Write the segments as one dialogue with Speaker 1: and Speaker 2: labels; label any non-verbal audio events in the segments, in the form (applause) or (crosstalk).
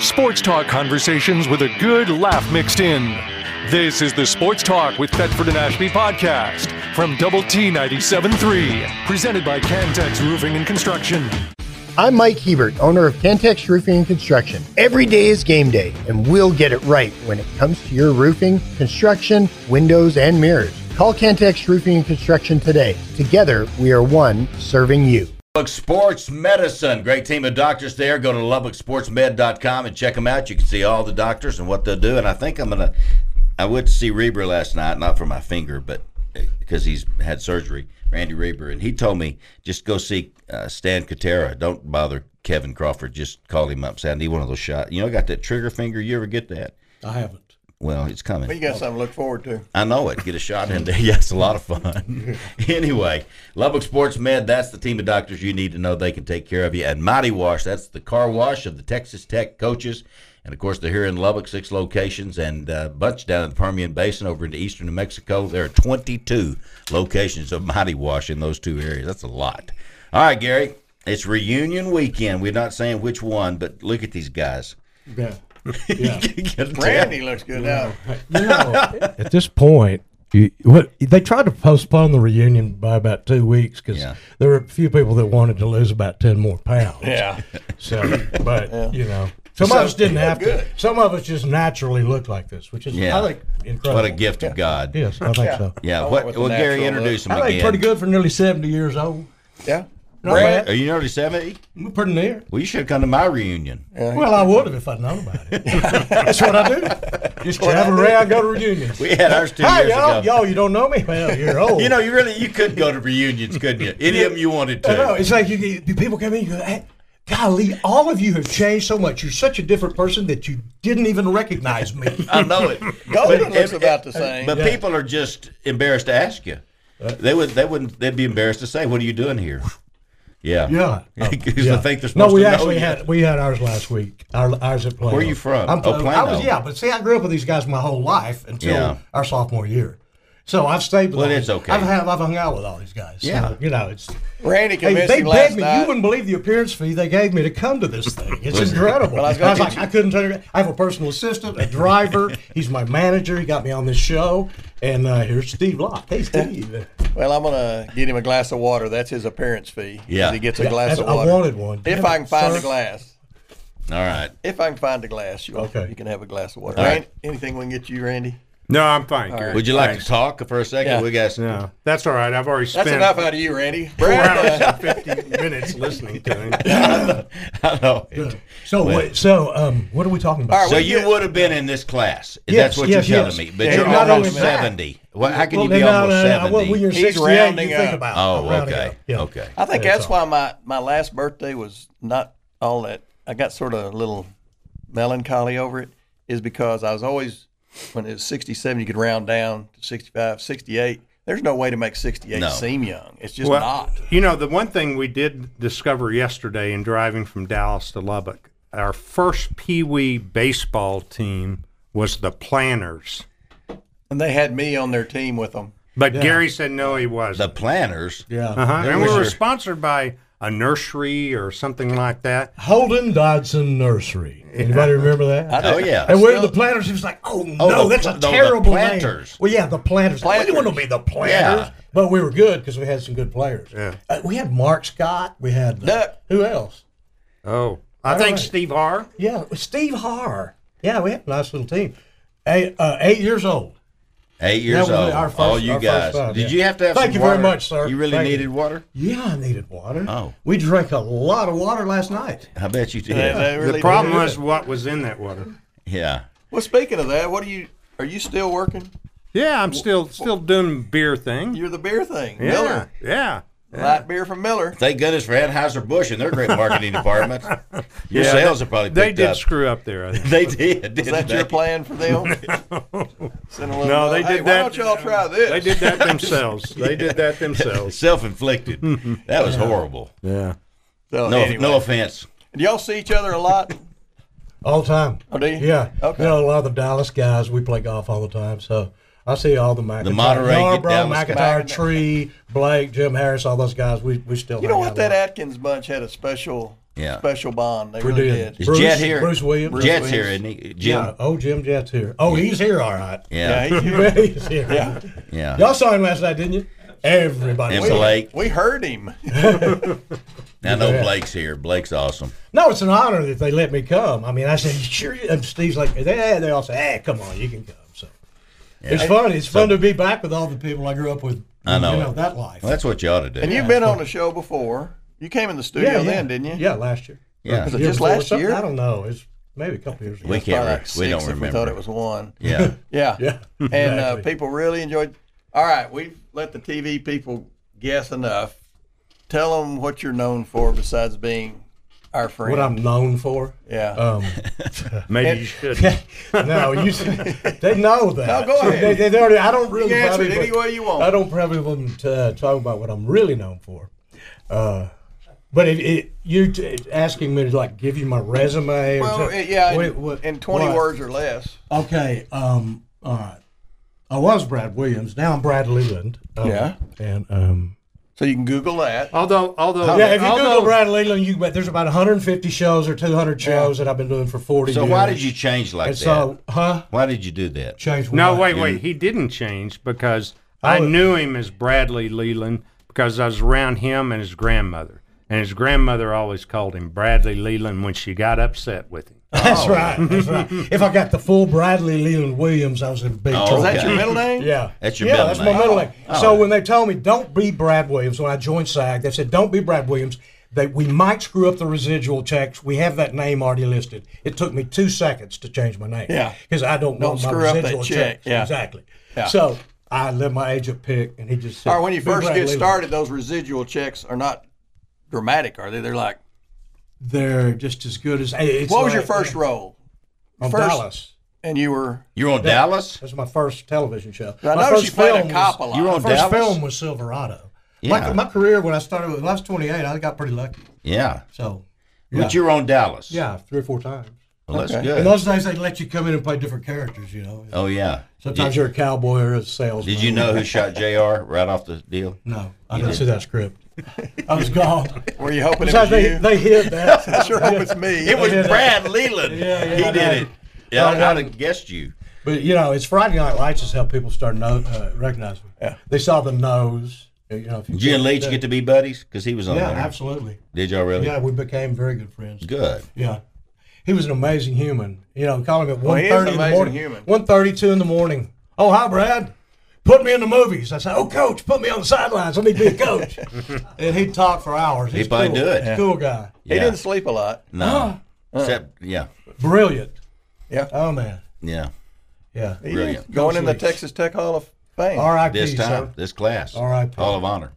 Speaker 1: Sports talk conversations with a good laugh mixed in. This is the Sports Talk with Thetford and Ashby podcast from Double T 97.3, presented by Cantex Roofing and Construction.
Speaker 2: I'm Mike Hebert, owner of Cantex Roofing and Construction. Every day is game day, and we'll get it right when it comes to your roofing, construction, windows, and mirrors. Call Cantex Roofing and Construction today. Together, we are one serving you.
Speaker 3: Lubbock Sports Medicine. Great team of doctors there. Go to LubbockSportsMed.com and check them out. You can see all the doctors and what they'll do. And I think I'm going to, I went to see Reber last night, not for my finger, but because he's had surgery, Randy Reber. And he told me just go see uh, Stan Katera. Don't bother Kevin Crawford. Just call him up. Say, I need one of those shots. You know, I got that trigger finger. You ever get that?
Speaker 4: I haven't.
Speaker 3: Well, it's coming.
Speaker 5: But you got something to look
Speaker 6: (laughs)
Speaker 5: forward to.
Speaker 3: I know it. Get a shot in there. Yeah, it's a lot of fun. (laughs) anyway, Lubbock Sports Med, that's the team of doctors you need to know they can take care of you. And Mighty Wash, that's the car wash of the Texas Tech coaches. And of course, they're here in Lubbock, six locations, and a bunch down in the Permian Basin over into eastern New Mexico. There are 22 locations of Mighty Wash in those two areas. That's a lot. All right, Gary, it's reunion weekend. We're not saying which one, but look at these guys. (laughs)
Speaker 4: Yeah. Yeah.
Speaker 3: You can tell.
Speaker 5: Randy looks good now.
Speaker 4: you know,
Speaker 3: (laughs)
Speaker 4: at this point, you, what they tried to postpone the reunion by about two weeks because
Speaker 3: Yeah.
Speaker 4: there were a few people that wanted to lose about ten more pounds.
Speaker 5: Yeah.
Speaker 4: So, but you know, some of us didn't have
Speaker 5: good.
Speaker 4: to. Some of us just naturally looked like this, which is
Speaker 3: Yeah.
Speaker 4: I think incredible.
Speaker 3: What a gift of God. Yeah.
Speaker 4: Yes, I think so.
Speaker 3: what,
Speaker 5: with the
Speaker 3: well, Gary,
Speaker 5: natural
Speaker 3: introduce them
Speaker 4: I think
Speaker 3: again.
Speaker 4: pretty good for nearly seventy years old.
Speaker 5: Yeah.
Speaker 4: Not
Speaker 3: Brad, are
Speaker 4: bad.
Speaker 3: you nearly 70?
Speaker 4: We're pretty near.
Speaker 3: Well, you should have come to my reunion.
Speaker 4: Well, I would have if I'd known about it. (laughs) That's what I do. Just travel around, go to reunions.
Speaker 3: (laughs) We had ours two
Speaker 4: Hey,
Speaker 3: years
Speaker 4: y'all,
Speaker 3: ago.
Speaker 4: y'all, you don't know me? Well,
Speaker 3: (laughs)
Speaker 4: you're Oh. old.
Speaker 3: You know, you really you could go to reunions, couldn't you? Any of them you wanted
Speaker 4: I know.
Speaker 3: to.
Speaker 4: It's like you, you people come in, you go, hey, golly, all of you have changed so much. You're such a different person that you didn't even recognize me.
Speaker 3: (laughs) I
Speaker 4: (laughs)
Speaker 3: know it.
Speaker 5: Golden
Speaker 3: But if-
Speaker 5: looks about the same.
Speaker 3: But people are just embarrassed to ask you. They would. They wouldn't. They'd be embarrassed to say, "What are you doing here?" Yeah. (laughs)
Speaker 4: Yeah.
Speaker 3: Because
Speaker 4: Yeah.
Speaker 3: they think they're supposed
Speaker 4: no, we
Speaker 3: to know
Speaker 4: actually
Speaker 3: you.
Speaker 4: had we had ours last week. Our, ours at Plano.
Speaker 3: Oh, Where you from?
Speaker 4: I'm
Speaker 3: Oh,
Speaker 4: I
Speaker 3: Plano.
Speaker 4: was, yeah, but see, I grew up with these guys my whole life until
Speaker 3: Yeah.
Speaker 4: our sophomore year. So I've stayed with.
Speaker 3: Well,
Speaker 4: all
Speaker 3: it's
Speaker 4: these-
Speaker 3: okay.
Speaker 4: I've have, I've hung out with all these guys.
Speaker 3: Yeah.
Speaker 4: So, you know, it's
Speaker 5: Randy
Speaker 4: Hey,
Speaker 5: convinced
Speaker 4: they
Speaker 5: him last
Speaker 4: begged me.
Speaker 5: night.
Speaker 4: You wouldn't believe the appearance fee they gave me to come to this thing. It's incredible.
Speaker 5: Well, I
Speaker 4: I
Speaker 5: was
Speaker 4: was,
Speaker 5: gonna get
Speaker 4: like, I couldn't tell you. I have a personal assistant, a
Speaker 5: (laughs)
Speaker 4: driver. he's my manager. He got me on this show. And uh, here's Steve Locke. Hey,
Speaker 5: (laughs)
Speaker 4: Steve.
Speaker 5: well, I'm gonna get him a glass of water. That's his appearance fee.
Speaker 3: Yeah.
Speaker 5: He gets a
Speaker 4: Yeah,
Speaker 5: glass
Speaker 4: that's-
Speaker 5: of
Speaker 4: I
Speaker 5: water.
Speaker 4: wanted one.
Speaker 5: If
Speaker 4: Damn
Speaker 5: I
Speaker 4: it,
Speaker 5: can find
Speaker 4: sir.
Speaker 5: a glass.
Speaker 3: All right.
Speaker 5: If I can find a glass, you,
Speaker 4: Okay.
Speaker 5: you can have a glass of water.
Speaker 3: All right.
Speaker 5: Randy, anything we can get you, Randy?
Speaker 6: No, I'm fine. Gary.
Speaker 3: Would you like
Speaker 6: Thanks.
Speaker 3: to talk for a second?
Speaker 5: Yeah.
Speaker 3: We got.
Speaker 6: No, that's all right. I've already spent
Speaker 5: That's enough out of you, Randy.
Speaker 6: four
Speaker 5: Brad,
Speaker 6: hours
Speaker 5: uh,
Speaker 6: and fifty minutes listening to him.
Speaker 3: (laughs)
Speaker 5: (laughs)
Speaker 3: I know. it.
Speaker 4: So wait. So um, what are we talking about?
Speaker 5: All right,
Speaker 3: So
Speaker 5: Well,
Speaker 3: you
Speaker 5: yeah.
Speaker 3: would have been in this class. That's
Speaker 4: Yes,
Speaker 3: what
Speaker 4: yes,
Speaker 3: you're
Speaker 4: yes.
Speaker 3: telling me. But
Speaker 4: Yeah,
Speaker 3: you're
Speaker 4: and not
Speaker 3: almost
Speaker 4: only that-
Speaker 3: seventy. Well, how can
Speaker 4: Well,
Speaker 3: you be
Speaker 4: no, no,
Speaker 3: almost
Speaker 4: no, no, well,
Speaker 3: seventy?
Speaker 4: when you're
Speaker 5: He's
Speaker 4: 68,
Speaker 5: rounding
Speaker 4: you think
Speaker 5: up.
Speaker 4: about. it.
Speaker 3: Oh,
Speaker 4: I'm rounding
Speaker 3: okay.
Speaker 4: up. Yeah.
Speaker 3: Okay.
Speaker 5: I think
Speaker 4: Yeah,
Speaker 5: that's
Speaker 4: so-
Speaker 5: why my, my last birthday was not all that. I got sort of a little melancholy over it, is because I was always, when it was 67, you could round down to 65, 68. There's no way to make 68
Speaker 3: No.
Speaker 5: seem young. It's just
Speaker 6: Well,
Speaker 5: not.
Speaker 6: You know, the one thing we did discover yesterday in driving from Dallas to Lubbock, our first Pee Wee baseball team was the Planners.
Speaker 5: And they had me on their team with them.
Speaker 6: But Gary said no, he was.
Speaker 3: the planners.
Speaker 4: Yeah.
Speaker 6: uh-huh. And we
Speaker 3: was
Speaker 6: were
Speaker 3: your-
Speaker 6: sponsored by a nursery or something like that.
Speaker 4: Holden Dodson Nursery. Anybody remember that?
Speaker 5: I
Speaker 3: Oh yeah.
Speaker 4: And where the planters, he was like, "Oh no,
Speaker 3: the
Speaker 4: that's
Speaker 3: pl-
Speaker 4: a
Speaker 3: no, the
Speaker 4: terrible
Speaker 3: planters.
Speaker 4: name." Well, yeah, the planters. We didn't want to be the planters,
Speaker 3: Yeah.
Speaker 4: but we were good because we had some good players. Uh, we had Mark Scott. We had uh,
Speaker 5: Duck.
Speaker 4: who else?
Speaker 6: Oh, I think
Speaker 4: right.
Speaker 6: Steve Har.
Speaker 4: Yeah, Steve Har. Yeah, we had a nice little team. Eight, uh, eight years old.
Speaker 3: Eight years
Speaker 4: That was
Speaker 3: old.
Speaker 4: our first-
Speaker 3: all you
Speaker 4: our first
Speaker 3: guys.
Speaker 4: time,
Speaker 3: Did
Speaker 4: yeah.
Speaker 3: you have to have
Speaker 4: Thank
Speaker 3: some
Speaker 4: you very
Speaker 3: water?
Speaker 4: much, sir.
Speaker 3: You really
Speaker 4: Thank you.
Speaker 3: needed water? (laughs)
Speaker 4: Yeah, I needed water.
Speaker 3: Oh.
Speaker 4: we drank a lot of water last night.
Speaker 3: I bet you did.
Speaker 5: They- they really
Speaker 6: the
Speaker 5: did.
Speaker 6: problem was what was in that water.
Speaker 3: yeah.
Speaker 5: Well, speaking of that, what are you? Are you still working?
Speaker 6: Yeah, I'm still still doing beer thing.
Speaker 5: You're the beer thing,
Speaker 6: Yeah,
Speaker 5: Miller.
Speaker 6: yeah.
Speaker 5: Light beer from Miller.
Speaker 3: Thank goodness for Anheuser Busch and
Speaker 6: (laughs)
Speaker 3: their great marketing department. Your sales are probably
Speaker 6: They
Speaker 3: picked
Speaker 6: did
Speaker 3: up.
Speaker 6: screw up
Speaker 3: (laughs)
Speaker 6: there. I think.
Speaker 3: they did. Didn't
Speaker 5: Is that
Speaker 3: they?
Speaker 5: your plan for
Speaker 3: (laughs)
Speaker 5: them? Send a little,
Speaker 6: No, they
Speaker 5: hey,
Speaker 6: did
Speaker 5: Why
Speaker 6: that-
Speaker 5: don't y'all try this?
Speaker 6: They did that themselves. They did
Speaker 3: (laughs)
Speaker 6: that themselves. (laughs)
Speaker 3: Self-inflicted. that was horrible.
Speaker 6: Yeah.
Speaker 5: So,
Speaker 3: No,
Speaker 5: anyway.
Speaker 3: no offense.
Speaker 5: Do y'all see each other a lot?
Speaker 4: All the time.
Speaker 5: Oh, do you?
Speaker 4: Yeah.
Speaker 5: Okay.
Speaker 4: You know, a lot of the Dallas guys, we play golf all the time. So I see all the McIntyre.
Speaker 3: Monterey, get
Speaker 4: Yarbrough,
Speaker 3: Dallas
Speaker 4: McIntyre,
Speaker 5: guys.
Speaker 4: Tree, Blake, Jim Harris, all those guys, we, we still
Speaker 5: You
Speaker 4: hang
Speaker 5: know
Speaker 4: out
Speaker 5: what?
Speaker 4: a
Speaker 5: That
Speaker 4: lot.
Speaker 5: Atkins bunch had a special
Speaker 3: Yeah.
Speaker 5: special bond. They
Speaker 4: We're
Speaker 5: really
Speaker 4: doing-
Speaker 5: did.
Speaker 3: Is
Speaker 4: Bruce-
Speaker 3: Jet here?
Speaker 4: Bruce Williams. Bruce
Speaker 3: Jet's here,
Speaker 5: Williams.
Speaker 3: isn't he?
Speaker 4: Yeah.
Speaker 3: Jim.
Speaker 4: Oh, Jim Jet's here. Oh, he's here. All right.
Speaker 3: Yeah.
Speaker 4: (laughs)
Speaker 5: Yeah, he-
Speaker 4: he's here.
Speaker 5: Yeah.
Speaker 3: Yeah.
Speaker 4: Y'all saw him last night, didn't you? Everybody.
Speaker 3: And Blake.
Speaker 5: we heard him.
Speaker 3: (laughs) I know
Speaker 4: Yeah.
Speaker 3: Blake's here. Blake's awesome.
Speaker 4: (laughs) No, it's an honor that they let me come. I mean, I said, "You sure. you-" And Steve's like, they, they all say, hey, come on, you can come. So it's fun. It's fun to be back with all the people I grew up with.
Speaker 3: I know
Speaker 4: You
Speaker 3: it.
Speaker 4: know, that life.
Speaker 3: Well, that's what you ought to do.
Speaker 5: And you've been on the show before. You came in the studio then, didn't you?
Speaker 4: Yeah, last year.
Speaker 3: Yeah.
Speaker 4: Or
Speaker 5: Was
Speaker 4: the
Speaker 5: it
Speaker 4: year
Speaker 5: just
Speaker 4: before or
Speaker 5: last
Speaker 4: something?
Speaker 5: year?
Speaker 4: I don't know. It's maybe a couple years ago.
Speaker 3: we can't.
Speaker 5: Five,
Speaker 3: re- we don't
Speaker 5: six if
Speaker 3: remember.
Speaker 5: We thought it was one.
Speaker 3: Yeah.
Speaker 5: (laughs) Yeah.
Speaker 4: Yeah,
Speaker 5: And uh,
Speaker 4: exactly.
Speaker 5: people really enjoyed. All right, we've let the TV people guess enough. Tell them what you're known for besides being our friend.
Speaker 4: what I'm known for.
Speaker 5: yeah. (laughs)
Speaker 4: Um, (laughs)
Speaker 6: Maybe you should.
Speaker 4: no, you.
Speaker 5: (laughs)
Speaker 4: s- They know that.
Speaker 5: No, go ahead.
Speaker 4: They, they, they already, I don't really.
Speaker 5: can answer it
Speaker 4: probably-
Speaker 5: any way you want.
Speaker 4: I don't probably want to uh, talk about what I'm really known for. Uh, but it, it, you're t- asking me to like give you my resume. Or
Speaker 5: well,
Speaker 4: something.
Speaker 5: yeah, in,
Speaker 4: Wait, what-
Speaker 5: in 20
Speaker 4: what?
Speaker 5: words or less.
Speaker 4: Okay. Um. All right. I was Brad Williams. Now I'm Brad Leland. Um,
Speaker 5: Yeah.
Speaker 4: And um.
Speaker 5: So you can Google that.
Speaker 6: although, although,
Speaker 4: Yeah, if you
Speaker 6: although,
Speaker 4: Google Brad Leland, you bet there's about 150 shows or 200 shows that I've been doing for 40
Speaker 3: So
Speaker 4: years.
Speaker 3: why did you change like
Speaker 4: And
Speaker 3: that?
Speaker 4: so, huh?
Speaker 3: why did you do that?
Speaker 4: Change.
Speaker 6: No,
Speaker 4: what?
Speaker 6: wait, wait. He didn't change because
Speaker 3: Oh.
Speaker 6: I knew him as Bradley Leland because I was around him and his grandmother. And his grandmother always called him Bradley Leland when she got upset with him.
Speaker 4: That's
Speaker 5: Oh.
Speaker 3: Oh.
Speaker 4: right. That's right. if I got the full Bradley Leland Williams, I was in big
Speaker 3: Oh,
Speaker 4: trouble.
Speaker 5: Is that
Speaker 3: okay.
Speaker 5: your (laughs) middle Oh. name?
Speaker 4: Yeah.
Speaker 3: That's your
Speaker 4: yeah,
Speaker 3: middle
Speaker 4: that's
Speaker 3: name. Oh,
Speaker 4: my middle name. So when they told me don't be Brad Williams when I joined SAG, they said don't be Brad Williams. That we might screw up the residual checks. We have that name already listed. It took me two seconds to change my name.
Speaker 5: Yeah.
Speaker 4: Because I don't,
Speaker 5: Don't
Speaker 4: want my
Speaker 5: screw up that
Speaker 4: residual
Speaker 5: check.
Speaker 4: checks.
Speaker 5: Yeah.
Speaker 4: Exactly.
Speaker 5: Yeah.
Speaker 4: So I let my agent pick, and he just said,
Speaker 5: All right, when you
Speaker 4: "Be
Speaker 5: first
Speaker 4: Brad
Speaker 5: get
Speaker 4: Leland."
Speaker 5: started, those residual checks are not dramatic, are they? They're like,
Speaker 4: they're just as good as. It's
Speaker 5: what was your
Speaker 4: like-
Speaker 5: first role?
Speaker 4: On
Speaker 5: first-
Speaker 4: Dallas.
Speaker 5: And you were,
Speaker 3: You're on Dallas?
Speaker 4: That was my first television show.
Speaker 5: I
Speaker 4: my
Speaker 5: noticed
Speaker 4: first
Speaker 5: you played
Speaker 4: film
Speaker 5: a
Speaker 4: was-
Speaker 5: cop a lot.
Speaker 3: You were on
Speaker 4: My first
Speaker 3: Dallas?
Speaker 4: film was Silverado.
Speaker 3: Yeah.
Speaker 4: My, my career when I started when I was 28, I got pretty lucky.
Speaker 3: Yeah.
Speaker 4: So
Speaker 3: But you're on Dallas.
Speaker 4: yeah, three or four times.
Speaker 3: Well, that's
Speaker 5: Okay.
Speaker 3: good.
Speaker 4: In those days, they let you come in and play different characters. You know,
Speaker 3: oh, yeah.
Speaker 4: sometimes you're a cowboy or a salesman.
Speaker 3: Did you know who shot JR right off the deal?
Speaker 4: No, I didn't see that script. I was gone.
Speaker 5: Were you hoping it
Speaker 4: Besides,
Speaker 5: was
Speaker 4: they,
Speaker 5: you?
Speaker 4: they (laughs) hid
Speaker 5: (laughs)
Speaker 4: that.
Speaker 5: I sure hope it's me.
Speaker 3: It was
Speaker 4: did it.
Speaker 3: Brad Leland.
Speaker 4: Yeah, yeah,
Speaker 3: he
Speaker 4: I
Speaker 3: did
Speaker 4: know.
Speaker 3: it. Yeah,
Speaker 4: I know.
Speaker 3: I'd have guessed you.
Speaker 4: But you know, it's Friday Night Lights is how people start know, uh, recognize me.
Speaker 5: Yeah.
Speaker 4: They saw the nose. You know, if you
Speaker 3: Did you and Leach get to be buddies? Because he was on
Speaker 4: Yeah,
Speaker 3: there.
Speaker 4: absolutely.
Speaker 3: Did y'all really?
Speaker 4: Yeah, we became very good friends.
Speaker 3: Good.
Speaker 4: Yeah. He was an amazing human. You know, call him at
Speaker 5: Well,
Speaker 4: one
Speaker 5: he is
Speaker 4: thirty
Speaker 5: an
Speaker 4: in the
Speaker 5: amazing
Speaker 4: morning.
Speaker 5: human.
Speaker 4: One thirty-two in the morning. Oh, hi, Brad. Put me in the movies. I said, "Oh, coach, put me on the sidelines. Let me be a coach." (laughs) and he'd talk for hours. He's
Speaker 3: probably
Speaker 4: cool.
Speaker 3: do it.
Speaker 4: He's a Cool guy.
Speaker 5: He
Speaker 3: Yeah.
Speaker 5: didn't sleep a lot.
Speaker 3: No. Except, yeah.
Speaker 4: Brilliant.
Speaker 5: Yeah.
Speaker 4: Oh man.
Speaker 3: Yeah.
Speaker 4: Yeah.
Speaker 5: He
Speaker 3: Brilliant.
Speaker 5: is Going in the
Speaker 4: Coach Leach.
Speaker 5: Texas Tech Hall of Fame.
Speaker 4: R.I.P.
Speaker 3: This time,
Speaker 4: sir.
Speaker 3: this class.
Speaker 4: All right, Paul.
Speaker 3: Hall of Honor.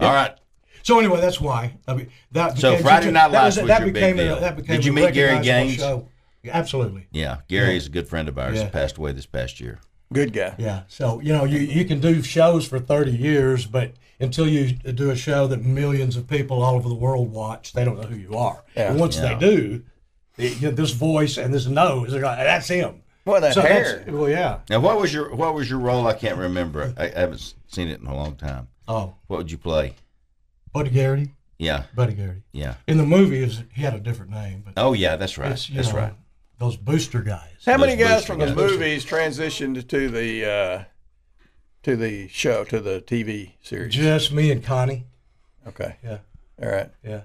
Speaker 3: All right.
Speaker 4: So anyway, that's why. I mean, that
Speaker 3: So
Speaker 4: became
Speaker 3: Friday
Speaker 4: such a-
Speaker 3: Night
Speaker 4: that
Speaker 3: Lights was
Speaker 4: that
Speaker 3: your big
Speaker 4: became a-
Speaker 3: deal.
Speaker 4: that became
Speaker 3: Did you
Speaker 4: a
Speaker 3: meet Gary
Speaker 4: recognizable
Speaker 3: Gaines?
Speaker 4: show. Absolutely.
Speaker 3: Yeah. Gary is a good friend of ours.
Speaker 4: Yeah.
Speaker 3: Passed away this past year.
Speaker 5: Good guy.
Speaker 4: Yeah. So, you know, you, you can do shows for 30 years, but until you do a show that millions of people all over the world watch, they don't know who you are.
Speaker 5: Yeah.
Speaker 4: And once
Speaker 3: Yeah.
Speaker 4: they do, they- you know, this voice and this nose, they're like, that's him.
Speaker 5: Well, that
Speaker 4: so that's-
Speaker 5: hair.
Speaker 4: Well, yeah.
Speaker 3: Now, what was your what was your role? I can't remember. I, I haven't s- seen it in a long time.
Speaker 4: Oh,
Speaker 3: What would you play?
Speaker 4: Buddy Garrity.
Speaker 3: Yeah,
Speaker 4: Buddy Garrity.
Speaker 3: yeah.
Speaker 4: In the movie, is he had a different name, but
Speaker 3: Oh, yeah. That's right.
Speaker 4: it's, you
Speaker 3: That's
Speaker 4: know,
Speaker 3: right.
Speaker 4: Those booster guys.
Speaker 5: How many
Speaker 3: Those
Speaker 5: guys
Speaker 3: booster
Speaker 5: from the
Speaker 3: guys.
Speaker 5: movies transitioned to the uh, to the show to the TV series?
Speaker 4: Just me and Connie.
Speaker 5: okay,
Speaker 4: Yeah.
Speaker 5: all right.
Speaker 4: Yeah.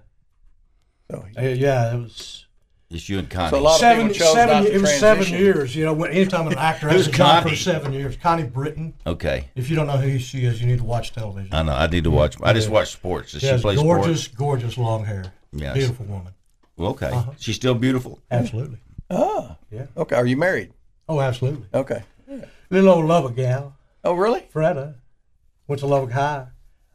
Speaker 5: So,
Speaker 4: Uh, yeah. It was.
Speaker 3: It's you and Connie.
Speaker 5: So a lot of
Speaker 4: Seven,
Speaker 5: people chose not
Speaker 4: seven,
Speaker 5: to
Speaker 4: it was seven
Speaker 5: transition.
Speaker 4: years. You know, when, anytime an
Speaker 3: (laughs)
Speaker 4: actor has
Speaker 3: Who's
Speaker 4: a job
Speaker 3: Connie?
Speaker 4: for seven years, Connie Britton,
Speaker 3: okay.
Speaker 4: If you don't know who she is, you need to watch television.
Speaker 3: I know. I need to watch. I just watch sports. Does
Speaker 4: She
Speaker 3: she
Speaker 4: has
Speaker 3: play
Speaker 4: gorgeous,
Speaker 3: sports?
Speaker 4: gorgeous long hair.
Speaker 3: Yes.
Speaker 4: Beautiful woman. Uh-huh.
Speaker 3: Well, okay. She's still beautiful.
Speaker 4: Absolutely.
Speaker 5: Oh. Okay, are you married?
Speaker 4: Oh, absolutely.
Speaker 5: Okay.
Speaker 4: Little old Lubbock gal,
Speaker 5: Oh, really?
Speaker 4: Freda, went to Lubbock High.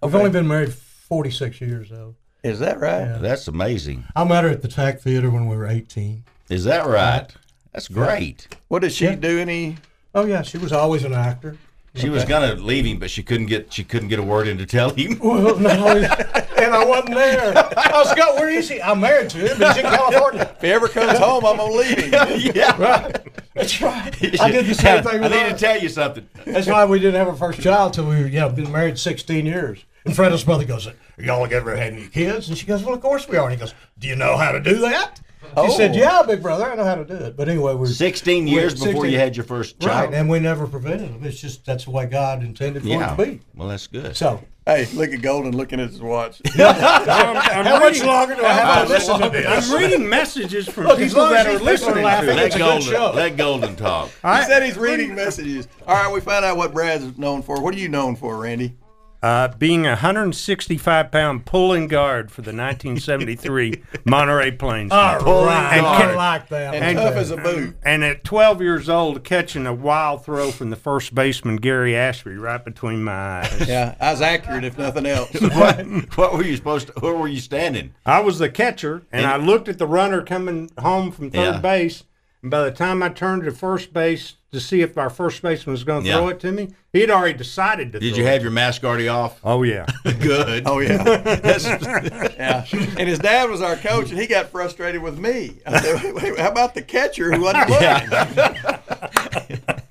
Speaker 4: We've
Speaker 5: Okay.
Speaker 4: only been married 46 years, though.
Speaker 5: Is that right?
Speaker 3: That's amazing.
Speaker 4: I met her at the TAC Theater when we were 18.
Speaker 3: Is that right? That's great.
Speaker 5: What did she
Speaker 4: Yeah.
Speaker 5: do? Any?
Speaker 4: Oh, yeah, she was always an actor. (laughs)
Speaker 3: She was gonna leave him, but she couldn't get she couldn't get a word in to tell him.
Speaker 4: Well, no, and I wasn't there. I was Scott, where is he? I'm married to him, but he's in California.
Speaker 5: If he ever comes home, I'm gonna
Speaker 4: (laughs)
Speaker 5: leave him. (laughs)
Speaker 3: yeah.
Speaker 4: That's right. (laughs) I did the
Speaker 3: (laughs)
Speaker 4: same thing
Speaker 3: I
Speaker 4: with her.
Speaker 3: need to tell you something.
Speaker 4: That's why we didn't have our first child till we were, you know, been married 16 years. And Freda's brother goes, Are y'all ever had any kids? And she goes, Well, of course we are. And he goes, Do you know how to do that? She said, Yeah, big brother, I know how to do it. But anyway, we
Speaker 3: 16
Speaker 4: we-
Speaker 3: Oh. years before
Speaker 4: 16
Speaker 3: you had your first
Speaker 4: Right,
Speaker 3: child.
Speaker 4: and we never prevented them. It's just that's the way God intended for
Speaker 3: yeah.
Speaker 4: it to be.
Speaker 3: Well, that's good.
Speaker 4: So,
Speaker 5: Hey, look at Golden looking at his watch.
Speaker 6: (laughs) I'm, I'm
Speaker 5: (laughs)
Speaker 4: how much
Speaker 6: reading-
Speaker 4: longer do I have to
Speaker 3: much
Speaker 4: listen to
Speaker 3: longer?
Speaker 4: this?
Speaker 6: I'm reading messages from
Speaker 4: Look, as
Speaker 6: people
Speaker 4: long as
Speaker 6: that
Speaker 4: these
Speaker 6: are
Speaker 4: people are
Speaker 6: listening
Speaker 4: laughing,
Speaker 6: to it.
Speaker 4: it's
Speaker 3: Let
Speaker 4: a good show.
Speaker 3: Golden, let Golden talk.
Speaker 5: He said he's reading messages. All right, we found out what Brad's known for. What are you known for, Randy?
Speaker 6: Uh, being a 165 pound pulling guard for the
Speaker 3: (laughs)
Speaker 6: 1973 Monterey Plains.
Speaker 4: All right,
Speaker 6: And
Speaker 4: I
Speaker 6: can-
Speaker 4: like that.
Speaker 5: And,
Speaker 6: And-
Speaker 5: tough as a boot.
Speaker 6: and at 12 years old, catching a wild throw from the first baseman Gary Ashby right between my eyes.
Speaker 5: (laughs) Yeah, I was accurate if nothing else.
Speaker 3: (laughs) what, what were you supposed to, where were you standing?
Speaker 6: I was the catcher, and, I looked at the runner coming home from third
Speaker 3: Yeah.
Speaker 6: base. And by the time I turned to first base to see if our first baseman was going to
Speaker 3: Yeah.
Speaker 6: throw it to me, he had already decided to.
Speaker 3: Did
Speaker 6: throw
Speaker 3: you
Speaker 6: it.
Speaker 3: have your mask already off?
Speaker 6: Oh yeah.
Speaker 3: (laughs) Good.
Speaker 6: (laughs)
Speaker 5: Oh yeah,
Speaker 3: That's- (laughs)
Speaker 5: yeah. And his dad was our coach, and he got frustrated with me. I said, wait, wait, how about the catcher who wasn't playing? (laughs)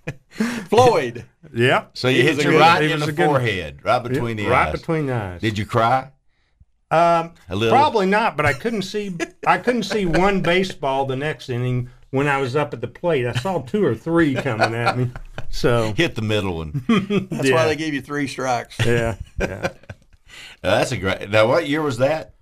Speaker 5: Floyd.
Speaker 6: yeah.
Speaker 3: so you
Speaker 5: He
Speaker 3: hit
Speaker 5: was a
Speaker 3: your
Speaker 5: good-
Speaker 3: right
Speaker 6: he
Speaker 3: in
Speaker 6: was
Speaker 3: the
Speaker 6: a good one.
Speaker 3: forehead, right between the
Speaker 6: right
Speaker 3: eyes.
Speaker 6: between the eyes.
Speaker 3: Did you cry?
Speaker 6: Um,
Speaker 3: A little? (laughs)
Speaker 6: probably not, but I couldn't see. I couldn't see one baseball the next inning when I was up at the plate. I saw two or three coming at me. So
Speaker 3: Hit the
Speaker 6: (laughs)
Speaker 3: middle one.
Speaker 5: That's why they gave you three strikes.
Speaker 6: yeah, yeah.
Speaker 3: Uh, that's a great. Now, what year was that?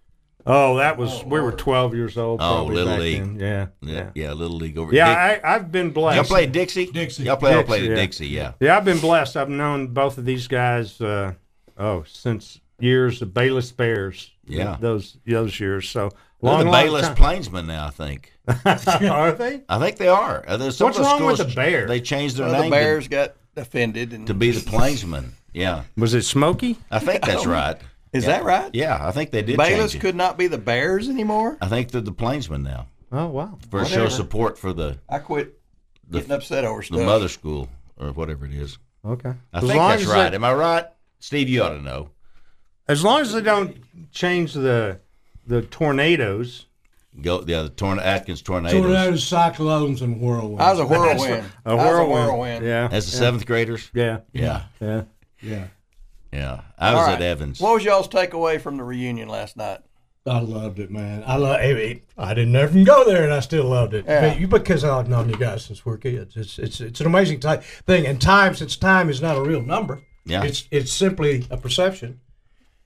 Speaker 6: Oh, that was we were 12 years old.
Speaker 3: Oh,
Speaker 6: Probably
Speaker 3: Little
Speaker 6: back
Speaker 3: League.
Speaker 6: Then. Yeah,
Speaker 3: Yeah,
Speaker 6: yeah, yeah.
Speaker 3: yeah Little League over.
Speaker 6: I, I've been
Speaker 3: Dick- y'all
Speaker 6: blessed.
Speaker 3: played Dixie.
Speaker 4: Dixie.
Speaker 3: Y'all played. Y'all
Speaker 6: Dixie,
Speaker 3: played at
Speaker 6: yeah.
Speaker 3: Dixie. Yeah.
Speaker 6: Yeah, I've been blessed. I've known both of these guys. Uh, oh, since years the Bayless Bears.
Speaker 3: Yeah.
Speaker 6: those those years. So
Speaker 3: They're
Speaker 6: long,
Speaker 3: the
Speaker 6: long
Speaker 3: Bayless
Speaker 6: time.
Speaker 3: Plainsmen now. I think.
Speaker 6: (laughs) are they?
Speaker 3: I think they are. Uh, there's some
Speaker 6: What's
Speaker 3: of the
Speaker 6: wrong with the
Speaker 3: schools-
Speaker 6: Bears?
Speaker 3: They changed their
Speaker 5: Well,
Speaker 3: name
Speaker 5: the
Speaker 3: to-
Speaker 5: Bears got offended, and
Speaker 3: To, be the Plainsmen. Yeah,
Speaker 6: Was it Smoky?
Speaker 3: I think
Speaker 5: (laughs)
Speaker 3: that's right.
Speaker 5: is that right?
Speaker 3: Yeah, I think they did.
Speaker 5: Bayless
Speaker 3: change it.
Speaker 5: could not be the Bears anymore.
Speaker 3: I think they're the Plainsmen now
Speaker 6: Oh wow.
Speaker 3: for show
Speaker 5: Whatever.
Speaker 3: support for the
Speaker 5: I quit
Speaker 3: The-
Speaker 5: getting upset over
Speaker 3: the
Speaker 5: stuff.
Speaker 3: mother school or whatever it is.
Speaker 6: Okay.
Speaker 3: I
Speaker 6: As
Speaker 3: think
Speaker 6: long
Speaker 3: that's
Speaker 6: as
Speaker 3: right.
Speaker 6: they-
Speaker 3: Am I right, Steve? You ought to know.
Speaker 6: As long as they don't change the the tornadoes.
Speaker 3: Go yeah, the torn Atkins tornadoes.
Speaker 4: tornadoes, cyclones, and whirlwinds.
Speaker 5: I was a whirlwind. I was a whirlwind.
Speaker 6: Yeah.
Speaker 3: That's the seventh graders.
Speaker 6: Yeah.
Speaker 3: Yeah,
Speaker 6: Yeah.
Speaker 4: yeah,
Speaker 3: yeah. I was
Speaker 5: All
Speaker 3: at
Speaker 5: right.
Speaker 3: Evans.
Speaker 5: What was y'all's takeaway from the reunion last night?
Speaker 4: I loved it, man. I love. I, mean, I didn't even go there, and I still loved it.
Speaker 5: Yeah.
Speaker 4: But you- Because I've known you guys since we're kids. It's it's it's an amazing ti- thing. And time, since time is not a real number.
Speaker 3: Yeah.
Speaker 4: It's it's simply a perception.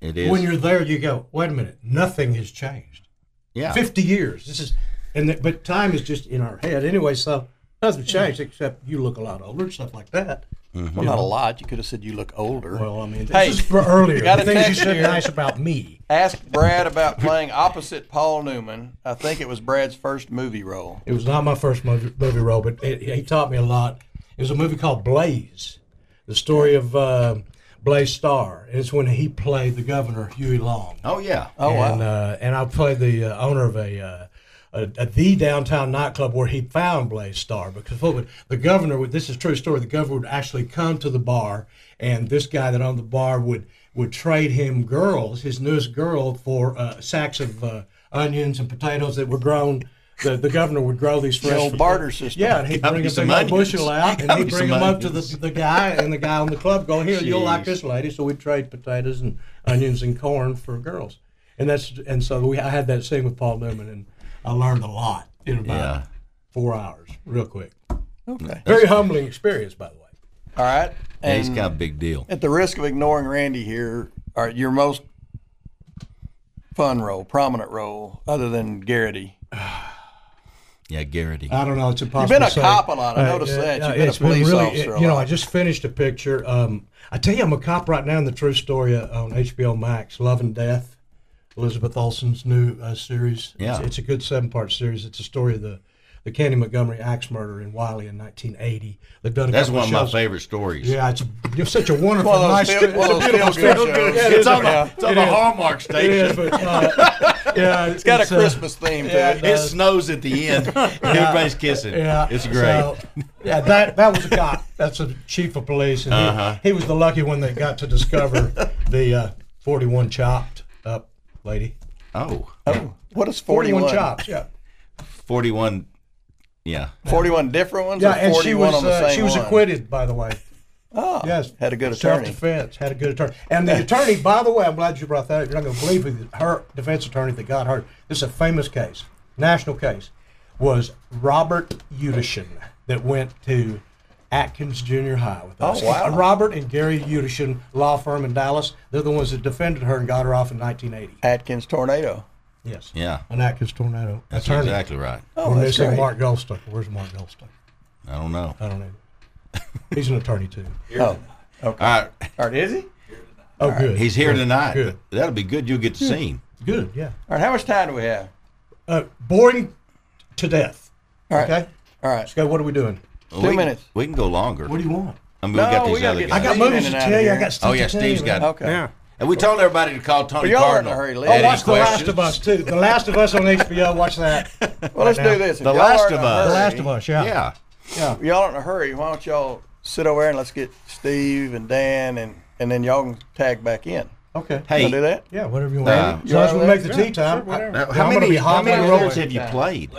Speaker 3: It is.
Speaker 4: When you're there, you go, wait a minute, nothing has changed.
Speaker 3: yeah.
Speaker 4: 50 years. This is, and th- but time is just in our head anyway. So nothing changed except you look a lot older and stuff like that.
Speaker 3: Mm-hmm.
Speaker 5: Well, not a lot. You could have said you look older.
Speaker 4: Well, I mean, this
Speaker 5: Hey,
Speaker 4: is for earlier.
Speaker 5: got
Speaker 4: The
Speaker 5: a
Speaker 4: things you
Speaker 5: text
Speaker 4: said
Speaker 5: here.
Speaker 4: nice about me.
Speaker 5: Ask Brad about playing opposite Paul Newman. I think it was Brad's first movie role.
Speaker 4: It was not my first movie, movie role, but it, he taught me a lot. It was a movie called Blaze, the story of uh, Blaze Starr. And it's when he played the governor, Huey Long.
Speaker 3: Oh yeah.
Speaker 5: Oh
Speaker 4: and,
Speaker 5: wow!
Speaker 4: uh, and I played the uh, owner of a, uh, a, a the downtown nightclub where he found Blaze Star because what would, the governor would this is a true story the governor would actually come to the bar and this guy that owned the bar would would trade him girls his newest girl for uh, sacks of uh, onions and potatoes that were grown. The, the governor would grow these
Speaker 5: The
Speaker 4: fresh
Speaker 5: old barter system.
Speaker 4: yeah, and he'd
Speaker 3: Got
Speaker 4: bring
Speaker 3: me
Speaker 4: a
Speaker 3: some
Speaker 4: big old
Speaker 3: onions.
Speaker 4: bushel out, and
Speaker 3: Got me
Speaker 4: he'd bring
Speaker 3: some
Speaker 4: them up to the,
Speaker 3: onions.
Speaker 4: the guy, and the guy on the club going, "Here, you'll like
Speaker 3: Jeez.
Speaker 4: this lady." So we'd trade potatoes and onions and corn for girls, and that's and so we I had that scene with Paul Newman, and I learned a lot in about
Speaker 3: Yeah.
Speaker 4: four hours, real quick.
Speaker 5: Okay.
Speaker 4: Very humbling experience, by the way.
Speaker 5: All right.
Speaker 3: yeah it's
Speaker 5: And
Speaker 3: kind of a big deal.
Speaker 5: at the risk of ignoring Randy here, all right, your most fun role, prominent role, other than Garrity.
Speaker 3: (sighs) Yeah, Garrity.
Speaker 4: I don't know. It's impossible.
Speaker 5: been a
Speaker 4: to say.
Speaker 5: cop a lot. I noticed
Speaker 4: yeah,
Speaker 5: that.
Speaker 4: yeah,
Speaker 5: You've been a
Speaker 4: it's
Speaker 5: police
Speaker 4: really,
Speaker 5: officer a
Speaker 4: You know,
Speaker 5: lot.
Speaker 4: I just finished a picture. Um, I tell you, I'm a cop right now in the True Story uh, on HBO Max, Love and Death, Elizabeth Olsen's new uh, series.
Speaker 3: Yeah.
Speaker 4: It's, it's a good seven part series. It's a story of the the Candy Montgomery axe murder in Wiley in 1980. They've done a
Speaker 3: That's
Speaker 4: couple
Speaker 3: one
Speaker 4: of
Speaker 3: of my
Speaker 4: shows.
Speaker 3: favorite stories.
Speaker 4: Yeah, it's, it's such a wonderful,
Speaker 5: One of those
Speaker 4: nice,
Speaker 5: feel-
Speaker 4: it's
Speaker 5: one
Speaker 4: a
Speaker 5: of
Speaker 4: beautiful
Speaker 5: those feel-good
Speaker 4: story.
Speaker 5: shows.
Speaker 4: Yeah,
Speaker 3: It's
Speaker 4: is.
Speaker 3: on
Speaker 5: Yeah.
Speaker 3: the, it's on
Speaker 4: It
Speaker 3: the
Speaker 4: is.
Speaker 3: Hallmark
Speaker 4: It
Speaker 3: station.
Speaker 4: is, but uh, (laughs) yeah,
Speaker 5: It's got a
Speaker 4: uh,
Speaker 5: Christmas theme to
Speaker 4: yeah,
Speaker 5: it.
Speaker 3: It snows at the
Speaker 5: (laughs)
Speaker 3: end. (laughs) Everybody's kissing.
Speaker 4: Yeah,
Speaker 3: It's great.
Speaker 4: so, yeah, that that was a cop. That's a chief of police, and
Speaker 3: Uh-huh.
Speaker 4: he, he was the lucky one that got to discover the uh, forty-one chopped up lady.
Speaker 3: oh,
Speaker 5: Oh, what is 41?
Speaker 4: chopped. Yeah,
Speaker 3: 41. Yeah.
Speaker 5: 41 different ones
Speaker 4: yeah,
Speaker 5: or 41
Speaker 4: and she was
Speaker 5: on the
Speaker 4: uh,
Speaker 5: same
Speaker 4: she was
Speaker 5: one?
Speaker 4: acquitted, by the way.
Speaker 5: Oh,
Speaker 4: Yes,
Speaker 5: had a good
Speaker 4: Self
Speaker 5: attorney.
Speaker 4: defense had a good attorney, and the attorney. By the way, I'm glad you brought that up. You're not going to believe who the- her defense attorney that got hurt. This is a famous case, national case, was Robert Udishin that went to Atkins Junior High with us.
Speaker 5: Oh, wow.
Speaker 4: Robert and Gary Udishin law firm in Dallas. They're the ones that defended her and got her off in 1980.
Speaker 5: Atkins tornado.
Speaker 4: Yes.
Speaker 3: Yeah.
Speaker 4: An Atkins tornado
Speaker 3: That's
Speaker 4: attorney.
Speaker 3: exactly right.
Speaker 5: Oh,
Speaker 4: We're
Speaker 5: that's
Speaker 4: missing
Speaker 5: great.
Speaker 4: Mark Goldstuck. Where's Mark Goldstuck?
Speaker 3: I don't know.
Speaker 4: I don't know. He's an attorney too.
Speaker 5: Oh,
Speaker 3: All right.
Speaker 5: all right, is he?
Speaker 4: Oh, good.
Speaker 3: He's here tonight.
Speaker 4: Good.
Speaker 3: That'll be good. You'll get to see him.
Speaker 4: Good. Yeah.
Speaker 5: All right, how much time do we have?
Speaker 4: Uh, boring to death.
Speaker 5: All right,
Speaker 4: Okay.
Speaker 5: all right.
Speaker 4: So what are we doing?
Speaker 3: Well, we
Speaker 5: Two
Speaker 3: can-
Speaker 5: minutes.
Speaker 3: we can go longer.
Speaker 4: What do you want?
Speaker 3: I mean, we got
Speaker 5: No,
Speaker 3: these
Speaker 5: we gotta
Speaker 3: other
Speaker 5: get-
Speaker 3: guys.
Speaker 4: I got
Speaker 5: Leave it
Speaker 4: movies
Speaker 5: in
Speaker 4: to
Speaker 5: and out
Speaker 4: tell
Speaker 5: of
Speaker 4: you. I
Speaker 5: here.
Speaker 4: got stuff
Speaker 3: oh, yeah.
Speaker 4: to tell
Speaker 3: Steve's
Speaker 4: you,
Speaker 3: got
Speaker 4: man.
Speaker 3: it.
Speaker 5: Okay.
Speaker 6: Yeah.
Speaker 3: And we told everybody to call Tony
Speaker 5: Well, y'all are in
Speaker 3: Cardinal.
Speaker 5: a hurry.
Speaker 3: They
Speaker 5: Let's-
Speaker 3: had
Speaker 4: Oh,
Speaker 5: Any
Speaker 4: watch The Last
Speaker 3: questions.
Speaker 4: of Us too. The Last of Us on HBO. Watch that. The
Speaker 5: (laughs) Well, let's
Speaker 4: Right now.
Speaker 5: do this. If
Speaker 3: The
Speaker 5: y'all
Speaker 3: Last
Speaker 5: aren't in
Speaker 3: of
Speaker 5: a
Speaker 3: Us.
Speaker 5: hurry-
Speaker 4: Last of Us. Yeah.
Speaker 3: Yeah.
Speaker 5: If y'all aren't in a hurry, why don't y'all sit over there and let's get Steve and Dan and and then y'all can tag back in.
Speaker 4: Okay.
Speaker 3: Hey,
Speaker 5: Wanna do that?
Speaker 4: Yeah. Whatever you
Speaker 3: Uh,
Speaker 4: want. As long as we make the tea time.
Speaker 3: now,
Speaker 4: I'm
Speaker 3: how
Speaker 4: gonna
Speaker 3: many
Speaker 4: be
Speaker 3: how
Speaker 4: hot
Speaker 3: many
Speaker 4: like
Speaker 3: roles
Speaker 4: always.
Speaker 3: have you played?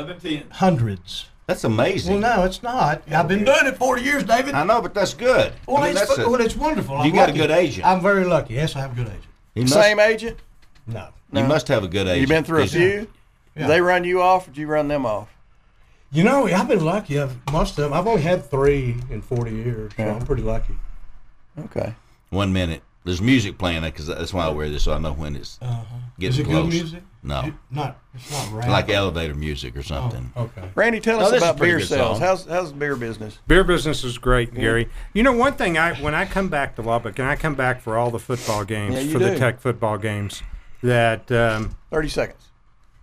Speaker 4: Hundreds.
Speaker 3: That's amazing.
Speaker 4: Well, no, it's not. I've been doing it 40 years, David.
Speaker 3: I know, Oh, but that's good.
Speaker 4: Well,
Speaker 3: I mean,
Speaker 4: it's,
Speaker 3: that's a-
Speaker 4: well, it's wonderful.
Speaker 3: You
Speaker 4: I'm
Speaker 3: got a
Speaker 4: lucky.
Speaker 3: good agent.
Speaker 4: I'm very lucky. Yes, I have a good agent.
Speaker 3: he must,
Speaker 5: Same agent.
Speaker 4: No.
Speaker 3: You must have a good agent.
Speaker 5: You been through a
Speaker 3: He's-
Speaker 5: few. Did
Speaker 4: Yeah.
Speaker 5: they run you off, or did you run them off?
Speaker 4: You know, I've been lucky. I've, most of them. I've only had three in 40 years, so I'm pretty lucky.
Speaker 5: Okay.
Speaker 3: One minute. There's music playing because that's why I wear this, so I know when it's getting
Speaker 4: Uh-huh. Is it
Speaker 3: close.
Speaker 4: good music?
Speaker 3: No,
Speaker 4: It- not. It's not rap. Oh,
Speaker 3: like elevator music or something.
Speaker 4: Okay.
Speaker 5: Randy, tell
Speaker 3: No,
Speaker 5: us
Speaker 3: this is
Speaker 5: about
Speaker 3: a pretty
Speaker 5: beer
Speaker 3: good
Speaker 5: sales.
Speaker 3: song.
Speaker 5: How's how's the beer business?
Speaker 6: Beer business is great, Gary. You know, one thing I when I come back to Lubbock, and I come back for all the football games,
Speaker 5: Yeah, you
Speaker 6: for
Speaker 5: do.
Speaker 6: the Tech football games, that um,
Speaker 5: Thirty seconds.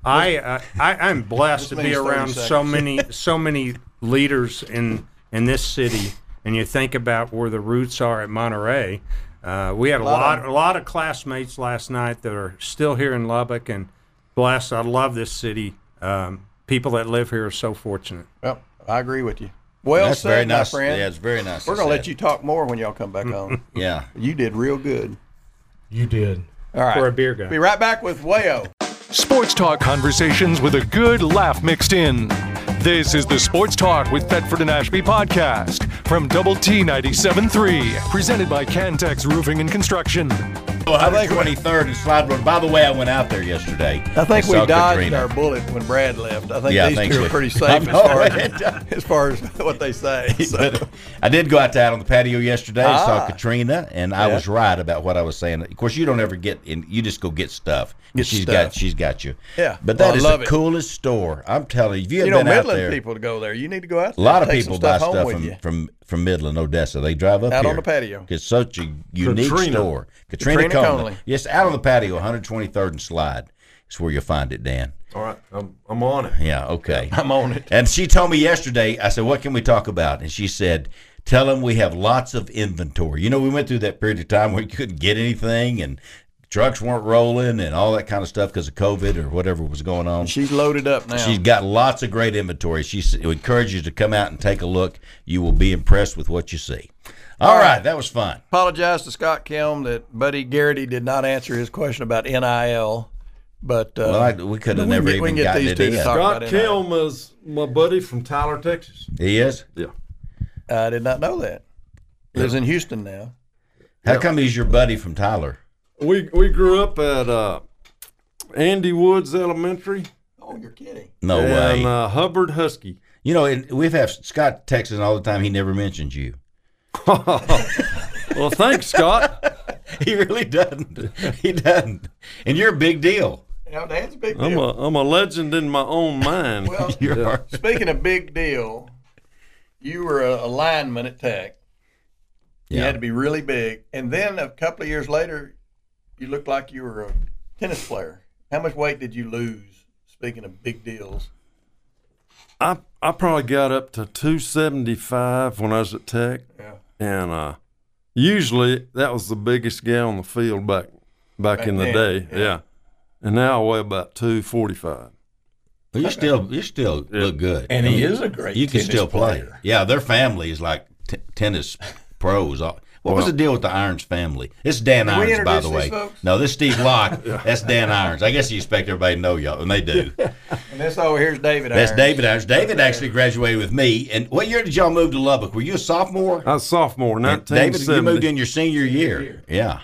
Speaker 6: I, uh, I I'm blessed to
Speaker 5: This
Speaker 6: be
Speaker 5: means 30
Speaker 6: around so
Speaker 7: (laughs)
Speaker 5: seconds.
Speaker 6: many so many leaders in in this city. And you think about where the roots are at Monterey. Uh, we had a
Speaker 5: Lot
Speaker 6: lot,
Speaker 5: of-
Speaker 6: a lot of classmates last night that are still here in Lubbock, and blessed. I love this city. Um, people that live here are so fortunate.
Speaker 5: Well, I agree with you. Well
Speaker 3: that's
Speaker 5: said,
Speaker 3: very
Speaker 5: my
Speaker 3: nice.
Speaker 5: friend.
Speaker 3: Yeah, it's very nice.
Speaker 5: We're
Speaker 3: to
Speaker 5: gonna
Speaker 3: say.
Speaker 5: let you talk more when y'all come (laughs) back on.
Speaker 3: Yeah.
Speaker 5: You did real good.
Speaker 4: You did.
Speaker 5: All right.
Speaker 6: For a beer guy.
Speaker 5: Be right back with Wayo.
Speaker 1: Sports talk conversations with a good laugh mixed in. This is the Sports Talk with Thetford and Ashby podcast from Double T 97.3, presented by Cantex Roofing and Construction.
Speaker 3: I think 23rd and Slide Road. By the way, I went out there yesterday.
Speaker 5: I think
Speaker 3: and
Speaker 5: we
Speaker 3: saw
Speaker 5: dodged
Speaker 3: Katrina.
Speaker 5: our bullet when Brad left. I think
Speaker 3: Yeah, I
Speaker 5: these
Speaker 3: think
Speaker 5: two
Speaker 3: so.
Speaker 5: are
Speaker 3: (laughs)
Speaker 5: pretty
Speaker 3: I
Speaker 5: safe as
Speaker 3: know,
Speaker 5: far as,
Speaker 3: right?
Speaker 5: as far as what
Speaker 3: (laughs)
Speaker 5: they say. So,
Speaker 3: But I did go out to out on the patio yesterday. I
Speaker 5: Ah.
Speaker 3: saw Katrina, and I
Speaker 5: Yeah.
Speaker 3: was right about what I was saying. Of course, you don't ever get in; you just go get stuff.
Speaker 5: Get
Speaker 3: she's
Speaker 5: stuff.
Speaker 3: got, she's got you.
Speaker 5: Yeah.
Speaker 3: but
Speaker 5: Well,
Speaker 3: that
Speaker 5: I
Speaker 3: is
Speaker 5: love
Speaker 3: the
Speaker 5: it.
Speaker 3: coolest store. I'm telling you, if you had
Speaker 5: you know,
Speaker 3: been out
Speaker 5: Midland
Speaker 3: there,
Speaker 5: people to go there. You need to go out.
Speaker 3: a
Speaker 5: There,
Speaker 3: lot of
Speaker 5: take
Speaker 3: people
Speaker 5: some
Speaker 3: buy
Speaker 5: stuff home
Speaker 3: stuff
Speaker 5: with
Speaker 3: from,
Speaker 5: you.
Speaker 3: from from Midland, Odessa. They drive up
Speaker 5: Out
Speaker 3: here.
Speaker 5: on the patio.
Speaker 3: It's such a unique
Speaker 8: Katrina.
Speaker 3: store. Katrina,
Speaker 5: Katrina
Speaker 3: Conley.
Speaker 5: Conley.
Speaker 3: Yes, out on the patio, 123rd and Slide. It's where you'll find it, Dan.
Speaker 8: (laughs) All right, I'm, I'm on it.
Speaker 3: Yeah. Okay.
Speaker 5: (laughs) I'm on it.
Speaker 3: And she told me yesterday, I said, What can we talk about? And she said, Tell them we have lots of inventory. You know, we went through that period of time where you couldn't get anything and trucks weren't rolling and all that kind of stuff because of COVID or whatever was going on.
Speaker 5: She's loaded up now.
Speaker 3: She's got lots of great inventory. She s- encourages you to come out and take a look. You will be impressed with what you see. All right, that was fun.
Speaker 5: apologize to Scott Kelm that Buddy Garrity did not answer his question about NIL, but uh,
Speaker 3: Well, I, we could have
Speaker 5: we can
Speaker 3: never
Speaker 5: get- we
Speaker 3: even
Speaker 5: can get
Speaker 3: gotten
Speaker 5: these
Speaker 3: it
Speaker 5: two to
Speaker 3: in.
Speaker 5: talk.
Speaker 8: Scott
Speaker 5: about it, I-
Speaker 8: Kelm is my buddy from Tyler, Texas.
Speaker 3: He is?
Speaker 8: Yeah.
Speaker 5: I did not know that. Lives in Houston now.
Speaker 3: How come he's your buddy from Tyler?
Speaker 8: We we grew up at uh, Andy Woods Elementary
Speaker 5: Oh, you're kidding.
Speaker 3: No way.
Speaker 8: and uh, Hubbard Husky.
Speaker 3: you know, and (laughs) we've had Scott texting all the time. He never mentions you.
Speaker 8: (laughs) Well, thanks, Scott.
Speaker 3: He really doesn't. He doesn't. And you're a big deal.
Speaker 5: Now, Dan's a
Speaker 3: Oh,
Speaker 5: big
Speaker 8: I'm
Speaker 5: deal.
Speaker 8: a I'm a legend in my own mind.
Speaker 5: well,
Speaker 3: (laughs) You are.
Speaker 5: speaking of big deal, you were a, a lineman at Tech. You
Speaker 3: Yeah.
Speaker 5: had to be really big. And then a couple of years later, you looked like you were a tennis player. How much weight did you lose? Speaking of big deals,
Speaker 8: I I probably got up to 275 when I was at Tech,
Speaker 5: yeah.
Speaker 8: and uh, usually that was the biggest guy on the field back back,
Speaker 5: Back
Speaker 8: in the
Speaker 5: then,
Speaker 8: day.
Speaker 5: yeah.
Speaker 8: yeah. And now I weigh about 245.
Speaker 3: Well, you still you still look good.
Speaker 5: And he is a great
Speaker 3: You can
Speaker 5: tennis
Speaker 3: still play.
Speaker 5: player.
Speaker 3: Yeah, their family is like t- tennis pros. All- What was the deal with the Irons family? It's Dan
Speaker 5: Did we
Speaker 3: Irons, by the
Speaker 5: introduce
Speaker 3: way.
Speaker 5: these folks?
Speaker 3: No, this is Steve
Speaker 5: (laughs)
Speaker 3: Locke. That's Dan Irons. I guess you expect everybody to know y'all, and they do.
Speaker 5: And this over here's David.
Speaker 3: That's
Speaker 5: Irons.
Speaker 3: David Irons. David actually graduated with me. And what year did y'all move to Lubbock? Were you a sophomore?
Speaker 8: I was sophomore,
Speaker 3: And David, you
Speaker 8: 1970.
Speaker 3: moved in your senior year. Yeah,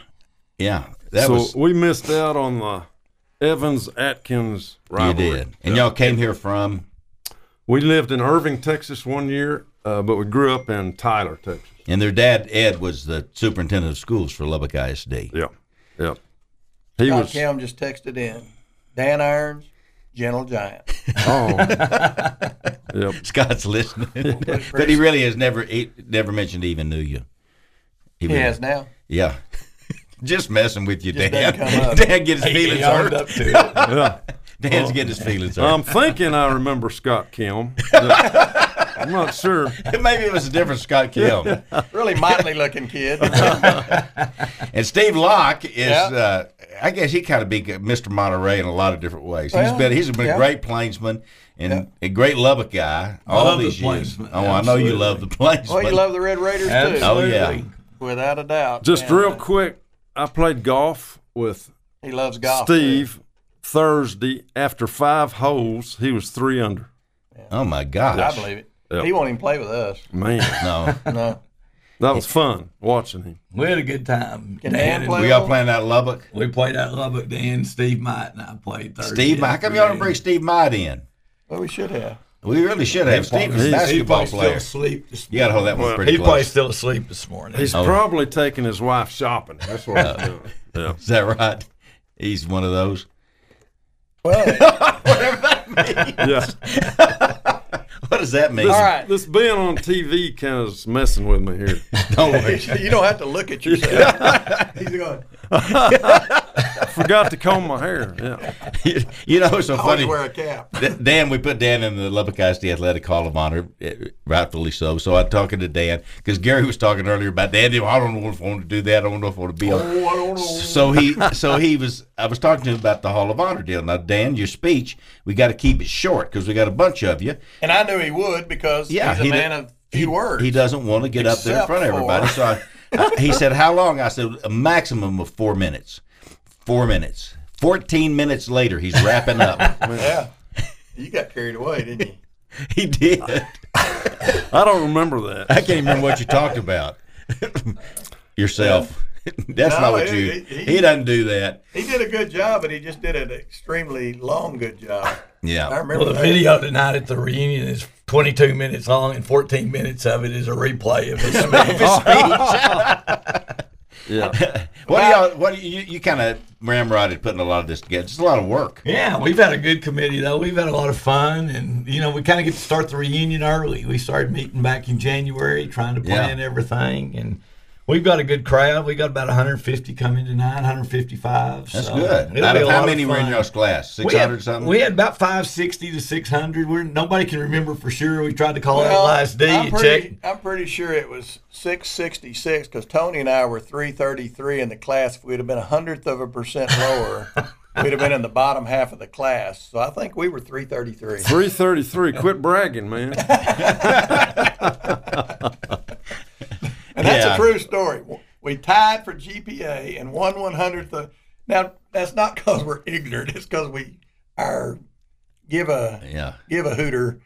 Speaker 3: yeah. That
Speaker 8: so
Speaker 3: was
Speaker 8: we missed out on the Evans Atkins
Speaker 3: you
Speaker 8: rivalry.
Speaker 3: did. And y'all came here from.
Speaker 8: We lived in Irving, Texas, one year, uh, but we grew up in Tyler, Texas.
Speaker 3: And their dad Ed was the superintendent of schools for Lubbock ISD.
Speaker 8: Yeah, yeah. He
Speaker 5: Tom
Speaker 8: was.
Speaker 5: Kelm just texted in. Dan Irons, Gentle Giant.
Speaker 8: Oh,
Speaker 3: (laughs)
Speaker 8: yep.
Speaker 3: Scott's
Speaker 8: (laughs)
Speaker 3: listening, (laughs) but he really has never he never mentioned he even knew you. He
Speaker 5: He
Speaker 3: really-
Speaker 5: has now.
Speaker 3: Yeah. (laughs) Just messing with you,
Speaker 5: Just
Speaker 3: Dan.
Speaker 5: doesn't come up.
Speaker 3: (laughs) Dan get his feelings
Speaker 8: (laughs)
Speaker 3: hurt. (laughs)
Speaker 5: to it.
Speaker 3: Dan's getting his feelings hurt.
Speaker 8: I'm thinking I remember Scott
Speaker 5: (laughs)
Speaker 8: Kim. I'm not sure.
Speaker 3: (laughs) Maybe it was a different Scott Kim.
Speaker 5: (laughs) really motley looking
Speaker 8: (laughs)
Speaker 5: kid.
Speaker 3: and Steve Locke is,
Speaker 5: Yeah.
Speaker 3: uh, I guess he kind of beat Mr. Monterey in a lot of different ways. He's
Speaker 5: Well,
Speaker 3: been he's been
Speaker 5: yeah.
Speaker 3: a great plainsman and a great Lubbock guy all
Speaker 9: Love the
Speaker 3: these years.
Speaker 9: Plainsman.
Speaker 3: Oh, I know you
Speaker 9: Absolutely.
Speaker 3: love the plainsman.
Speaker 5: well, you love the Red Raiders too.
Speaker 3: oh yeah.
Speaker 5: Without a doubt.
Speaker 8: Just
Speaker 5: And,
Speaker 8: real
Speaker 5: uh,
Speaker 8: quick, I played golf with
Speaker 5: He loves golf. too.
Speaker 8: Steve Thursday. After five holes, he was three under.
Speaker 3: Oh my gosh.
Speaker 5: I believe it.
Speaker 8: Yeah.
Speaker 5: He won't even play with us. (laughs)
Speaker 8: Man,
Speaker 3: No.
Speaker 5: No.
Speaker 8: that was fun watching him.
Speaker 9: We had a good time.
Speaker 5: Can Dan
Speaker 9: and-
Speaker 5: play?
Speaker 3: we all playing out of Lubbock.
Speaker 9: We played at Lubbock. Dan, Steve, Mike, and I played Thursday.
Speaker 3: Steve, how come y'all didn't
Speaker 9: afternoon.
Speaker 3: bring Steve Mott in?
Speaker 5: Well, we should have.
Speaker 3: We really should have. Steve was a
Speaker 8: He-
Speaker 3: basketball
Speaker 9: he
Speaker 3: player.
Speaker 9: Still asleep this
Speaker 3: You got to hold that one pretty
Speaker 9: He
Speaker 3: close.
Speaker 9: plays still asleep this morning.
Speaker 8: He's
Speaker 3: Oh.
Speaker 8: probably taking his wife shopping. That's what I'm doing. Yeah.
Speaker 3: (laughs) Is that right? He's one of those. (laughs)
Speaker 5: Well,
Speaker 8: yeah.
Speaker 3: (laughs) What does that mean?
Speaker 5: all right.
Speaker 8: This being on TV kind of is messing with me here.
Speaker 3: (laughs) Don't worry.
Speaker 5: (laughs) You don't have to look at yourself. (laughs)
Speaker 3: (laughs)
Speaker 5: He's going.
Speaker 8: Forgot to comb my hair. Yeah.
Speaker 3: (laughs) you, you know, it's so
Speaker 5: I always
Speaker 3: funny.
Speaker 5: wear a
Speaker 3: (laughs)
Speaker 5: cap.
Speaker 3: Da- Dan, we put Dan in the Lubbock ISD Athletic Hall of Honor, eh, rightfully so. So I'm talking to Dan because Gary was talking earlier about Dan. I don't know if I want to do that. I don't know if I want to
Speaker 8: Oh,
Speaker 3: be on. So he, so he was. I was talking to him about the Hall of Honor deal. Now, Dan, your speech, we got to keep it short because we got a bunch of you.
Speaker 5: And I knew he would because
Speaker 3: Yeah,
Speaker 5: he's a
Speaker 3: he
Speaker 5: man
Speaker 3: do-
Speaker 5: of few words.
Speaker 3: He doesn't want to get up there in
Speaker 5: Except
Speaker 3: front of
Speaker 5: for-
Speaker 3: everybody. So I, I- he said, "How long?" I said, "A maximum of four minutes." Four minutes. Fourteen minutes later, he's wrapping up.
Speaker 5: (laughs) Yeah. You got carried away, didn't you?
Speaker 3: (laughs) he did.
Speaker 8: I don't remember that.
Speaker 3: I can't even remember what you
Speaker 8: (laughs)
Speaker 3: talked about. Yourself. That's
Speaker 5: No,
Speaker 3: not what
Speaker 5: he-
Speaker 3: you.
Speaker 5: he-
Speaker 3: He, doesn't do that.
Speaker 5: He did a good job, but he just did an extremely long good job. I
Speaker 3: Yeah.
Speaker 5: remember
Speaker 9: Well, the
Speaker 5: that. (laughs)
Speaker 9: video tonight at the reunion is 22 minutes long, and 14 minutes of it is a replay
Speaker 3: (laughs)
Speaker 9: of his speech.
Speaker 8: Yeah.
Speaker 3: (laughs) What do y'all? What do you? You kind of ramrodded putting a lot of this together. It's a lot of work.
Speaker 9: (laughs) Yeah, we've had a good committee though. We've had a lot of fun, and you know, we kind of get to start the reunion early. We started meeting back in January, trying to
Speaker 3: Yeah.
Speaker 9: plan everything, and we've got a good crowd. We got about 150 coming tonight, 155.
Speaker 3: That's
Speaker 9: so
Speaker 3: good.
Speaker 9: it'll
Speaker 3: Out
Speaker 9: be
Speaker 3: of
Speaker 9: a lot
Speaker 3: how
Speaker 9: of
Speaker 3: many were in
Speaker 9: fun.
Speaker 3: y'all's class?
Speaker 9: We
Speaker 3: Six hundred
Speaker 9: had,
Speaker 3: something.
Speaker 9: we had about 560 to 600. We're, nobody can remember for sure. We tried to call
Speaker 5: Well,
Speaker 9: out last day
Speaker 5: I'm
Speaker 9: and
Speaker 5: pretty,
Speaker 9: check.
Speaker 5: I'm pretty sure it was 666 because Tony and I were 333 in the class. If we'd have been a hundredth of a percent lower,
Speaker 9: (laughs)
Speaker 5: we'd have been in the bottom half of the class. So I think we were 333.
Speaker 8: 333. Quit bragging, man.
Speaker 5: (laughs) And that's
Speaker 3: Yeah.
Speaker 5: a true story. We tied for GPA and won 100th. Of, now, that's not because we're ignorant. It's because we are give a
Speaker 3: yeah.
Speaker 5: give a hooter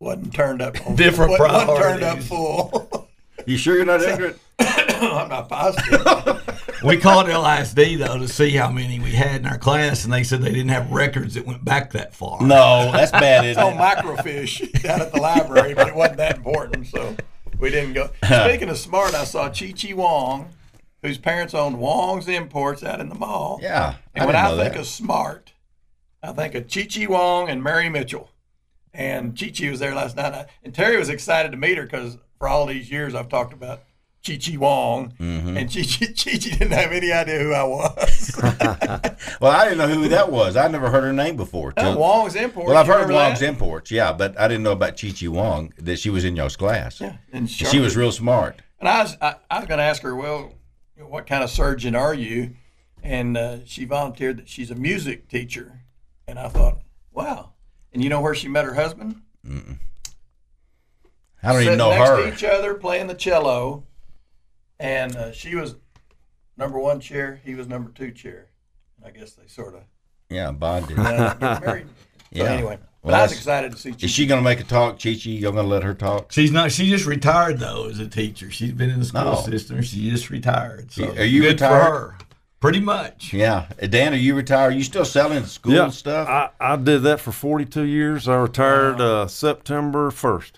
Speaker 5: wasn't turned up on,
Speaker 9: Different
Speaker 5: wasn't- wasn't turned up
Speaker 9: priorities.
Speaker 5: full.
Speaker 3: You sure you're
Speaker 5: (laughs)
Speaker 3: not ignorant?
Speaker 5: I'm not positive.
Speaker 9: We called LSD though to see how many we had in our class, and they said they didn't have records that went back that far.
Speaker 3: No, Oh, that's bad,
Speaker 5: (laughs)
Speaker 3: isn't
Speaker 5: on
Speaker 3: it?
Speaker 5: microfish Oh, down at the library, but it wasn't that important, so we didn't
Speaker 3: (laughs)
Speaker 5: go. Speaking of smart, I saw Chi Chi Wong, whose parents owned Wong's Imports out in the mall.
Speaker 3: Yeah.
Speaker 5: And when
Speaker 3: didn't
Speaker 5: I
Speaker 3: know
Speaker 5: think
Speaker 3: that.
Speaker 5: of smart, I think of Chi Chi Wong and Mary Mitchell. And Chi Chi was there last night. I- And Terry was excited to meet her because for all these years I've talked about Chi Chi Wong.
Speaker 3: Mm-hmm.
Speaker 5: And Chi Chi (laughs) Chi Chi didn't have any idea who I was.
Speaker 3: well, I didn't know who that was. I never heard her name before. till-
Speaker 5: Oh, Wong's Imports.
Speaker 3: well, I've
Speaker 5: you
Speaker 3: heard of
Speaker 5: remember
Speaker 3: Wong's
Speaker 5: that?
Speaker 3: Imports, yeah, but I didn't know about Chi Chi Wong that she was in y'all's class.
Speaker 5: Yeah. And
Speaker 3: She was real smart.
Speaker 5: And I was, I, I was going to ask her, well, what kind of surgeon are you? And uh, she volunteered that she's a music teacher. And I thought, wow. And you know where she met her husband?
Speaker 3: I don't
Speaker 5: Sitting
Speaker 3: even know
Speaker 5: next
Speaker 3: her.
Speaker 5: to each other playing the cello and uh, she was number one chair. He was number two chair. I guess they sort of
Speaker 3: Yeah, bonded.
Speaker 5: uh, got married.
Speaker 3: (laughs)
Speaker 5: So
Speaker 3: Yeah.
Speaker 5: anyway, but
Speaker 3: Well,
Speaker 5: I was
Speaker 3: that's-
Speaker 5: excited to see.
Speaker 3: Is
Speaker 5: Chichi.
Speaker 3: she going to make a talk, Chi Chi? Y'all going to let her talk?
Speaker 9: She's not. She just retired though as a teacher. She's been in the school
Speaker 3: No.
Speaker 9: system. She just retired. So
Speaker 3: Are you
Speaker 9: good
Speaker 3: retired?
Speaker 9: For her, pretty much.
Speaker 3: Yeah. Uh, Dan, are you retired? Are you still selling school
Speaker 8: yeah,
Speaker 3: stuff?
Speaker 8: I, I did that for 42 years. I retired uh, September 1st.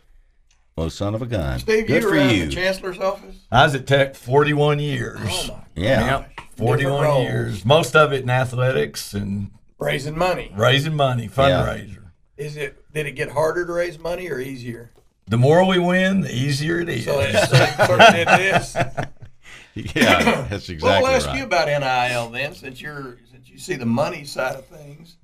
Speaker 3: well, son of a gun.
Speaker 5: Steve,
Speaker 3: Good
Speaker 5: you
Speaker 3: for
Speaker 5: were out in
Speaker 3: you.
Speaker 5: the chancellor's office.
Speaker 9: I was at Tech 41 years.
Speaker 5: Oh my,
Speaker 3: yeah.
Speaker 5: Different
Speaker 9: 41
Speaker 5: roles.
Speaker 9: years. Most of it in athletics and
Speaker 5: raising money.
Speaker 9: raising money, fundraiser.
Speaker 5: Is it? Did it get harder to raise money or easier?
Speaker 9: The more we win, the easier it is.
Speaker 5: So it's so sort of did this.
Speaker 3: (laughs) Yeah,
Speaker 5: (clears throat)
Speaker 3: that's exactly
Speaker 5: Well, I'll ask
Speaker 3: right.
Speaker 5: you about NIL then, since you're since you see the money side of things.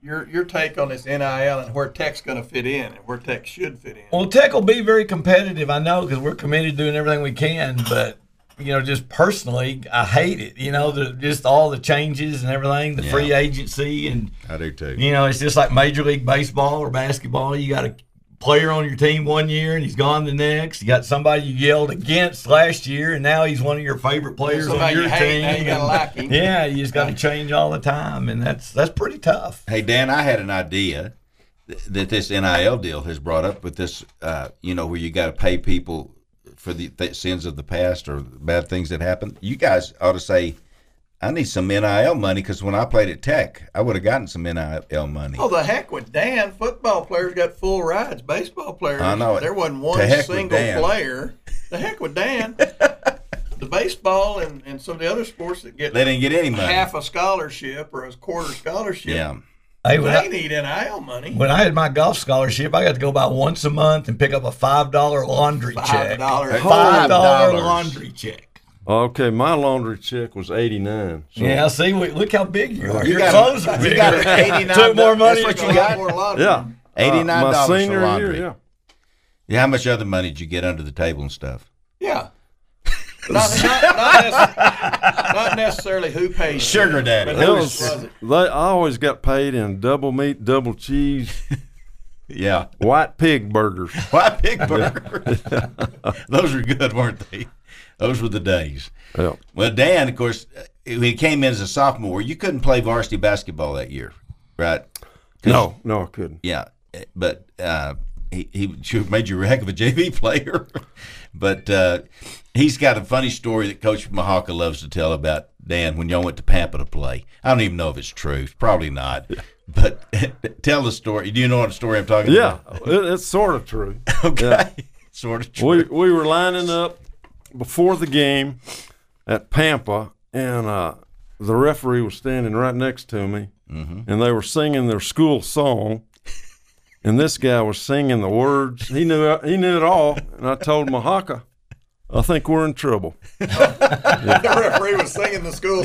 Speaker 5: Your your take on this NIL and where tech's going to fit in and where tech should fit in.
Speaker 9: (laughs) Well, Tech will be very competitive, I know, because we're committed to doing everything we can. But you know, just personally, I hate it. You know, the, just all the changes and everything, the free
Speaker 3: Yeah.
Speaker 9: agency, and
Speaker 3: I do too.
Speaker 9: you know, it's just like Major League Baseball or basketball. You got a player on your team one year and he's gone the next. You got somebody you yelled against last year, and now he's one of your favorite players on
Speaker 5: Somebody
Speaker 9: your
Speaker 5: you hate,
Speaker 9: team.
Speaker 5: now you gotta like him.
Speaker 9: Yeah, you just got to change all the time, and that's that's pretty tough.
Speaker 3: Hey, Dan, I had an idea th- that this NIL deal has brought up with this, uh, you know, where you got to pay people for the th- sins of the past or bad things that happened. You guys ought to say, I need some NIL money because when I played at Tech, I would have gotten some NIL money.
Speaker 5: Oh, the heck with Dan. Football players got full rides. Baseball players,
Speaker 3: I know it.
Speaker 5: There wasn't
Speaker 3: To
Speaker 5: one
Speaker 3: heck with
Speaker 5: single
Speaker 3: Dan.
Speaker 5: player. The heck
Speaker 3: (laughs)
Speaker 5: with Dan. the baseball and, and some of the other sports that get
Speaker 3: They didn't get any money.
Speaker 5: half a scholarship or a quarter scholarship,
Speaker 3: yeah.
Speaker 9: Hey,
Speaker 5: they
Speaker 9: when I,
Speaker 5: need NIL money.
Speaker 9: when I had my golf scholarship, I got to go about once a month and pick up a five dollar laundry
Speaker 5: Five
Speaker 9: check.
Speaker 5: dollars.
Speaker 9: Five dollar
Speaker 8: $5.
Speaker 9: laundry check.
Speaker 8: Okay, my laundry check was 89. So
Speaker 9: Yeah, see, we, look how big you are.
Speaker 3: You
Speaker 9: Your
Speaker 3: got-
Speaker 9: clothes are
Speaker 3: you
Speaker 9: bigger.
Speaker 3: got
Speaker 9: (laughs)
Speaker 3: $89
Speaker 9: Took more money.
Speaker 3: That's what
Speaker 9: to
Speaker 3: you
Speaker 9: go-
Speaker 3: got?
Speaker 8: Yeah. Uh,
Speaker 3: $89
Speaker 8: my
Speaker 3: for
Speaker 8: senior
Speaker 3: laundry.
Speaker 8: year, yeah.
Speaker 3: Yeah, how much other money did you get under the table and stuff? (laughs)
Speaker 5: Yeah. (laughs) not, not, not, necessarily, not necessarily who pays.
Speaker 3: Sugar
Speaker 5: you,
Speaker 3: daddy.
Speaker 5: but
Speaker 8: It
Speaker 5: who
Speaker 8: was,
Speaker 3: (laughs)
Speaker 5: was it?
Speaker 8: they, I always got paid in double meat, double cheese,
Speaker 3: (laughs) Yeah.
Speaker 8: white pig burgers.
Speaker 3: Why Big Burger? (laughs) Those were good, weren't they? Those were the days.
Speaker 8: Yeah.
Speaker 3: Well, Dan, of course, uh, when he came in as a sophomore, you couldn't play varsity basketball that year, right? 'Cause-
Speaker 8: No, no, I couldn't.
Speaker 3: Yeah, eh, but uh, he he sure made you a heck of a JV player. (laughs) but uh, he's got a funny story that Coach Mahaka loves to tell about Dan when y'all went to Pampa to play. I don't even know if it's true. It's probably not. But (laughs) tell the story. Do you know what story I'm talking
Speaker 8: Yeah,
Speaker 3: about?
Speaker 8: it, it's sort of true.
Speaker 3: (laughs) Okay. Sort of
Speaker 8: (laughs)
Speaker 3: true.
Speaker 8: we we were lining up before the game at Pampa, and uh, the referee was standing right next to me, and they were singing their school song, and this guy was singing the words. He knew he knew it all, and I told Mahaka, "I think we're in trouble."
Speaker 5: The referee was singing the school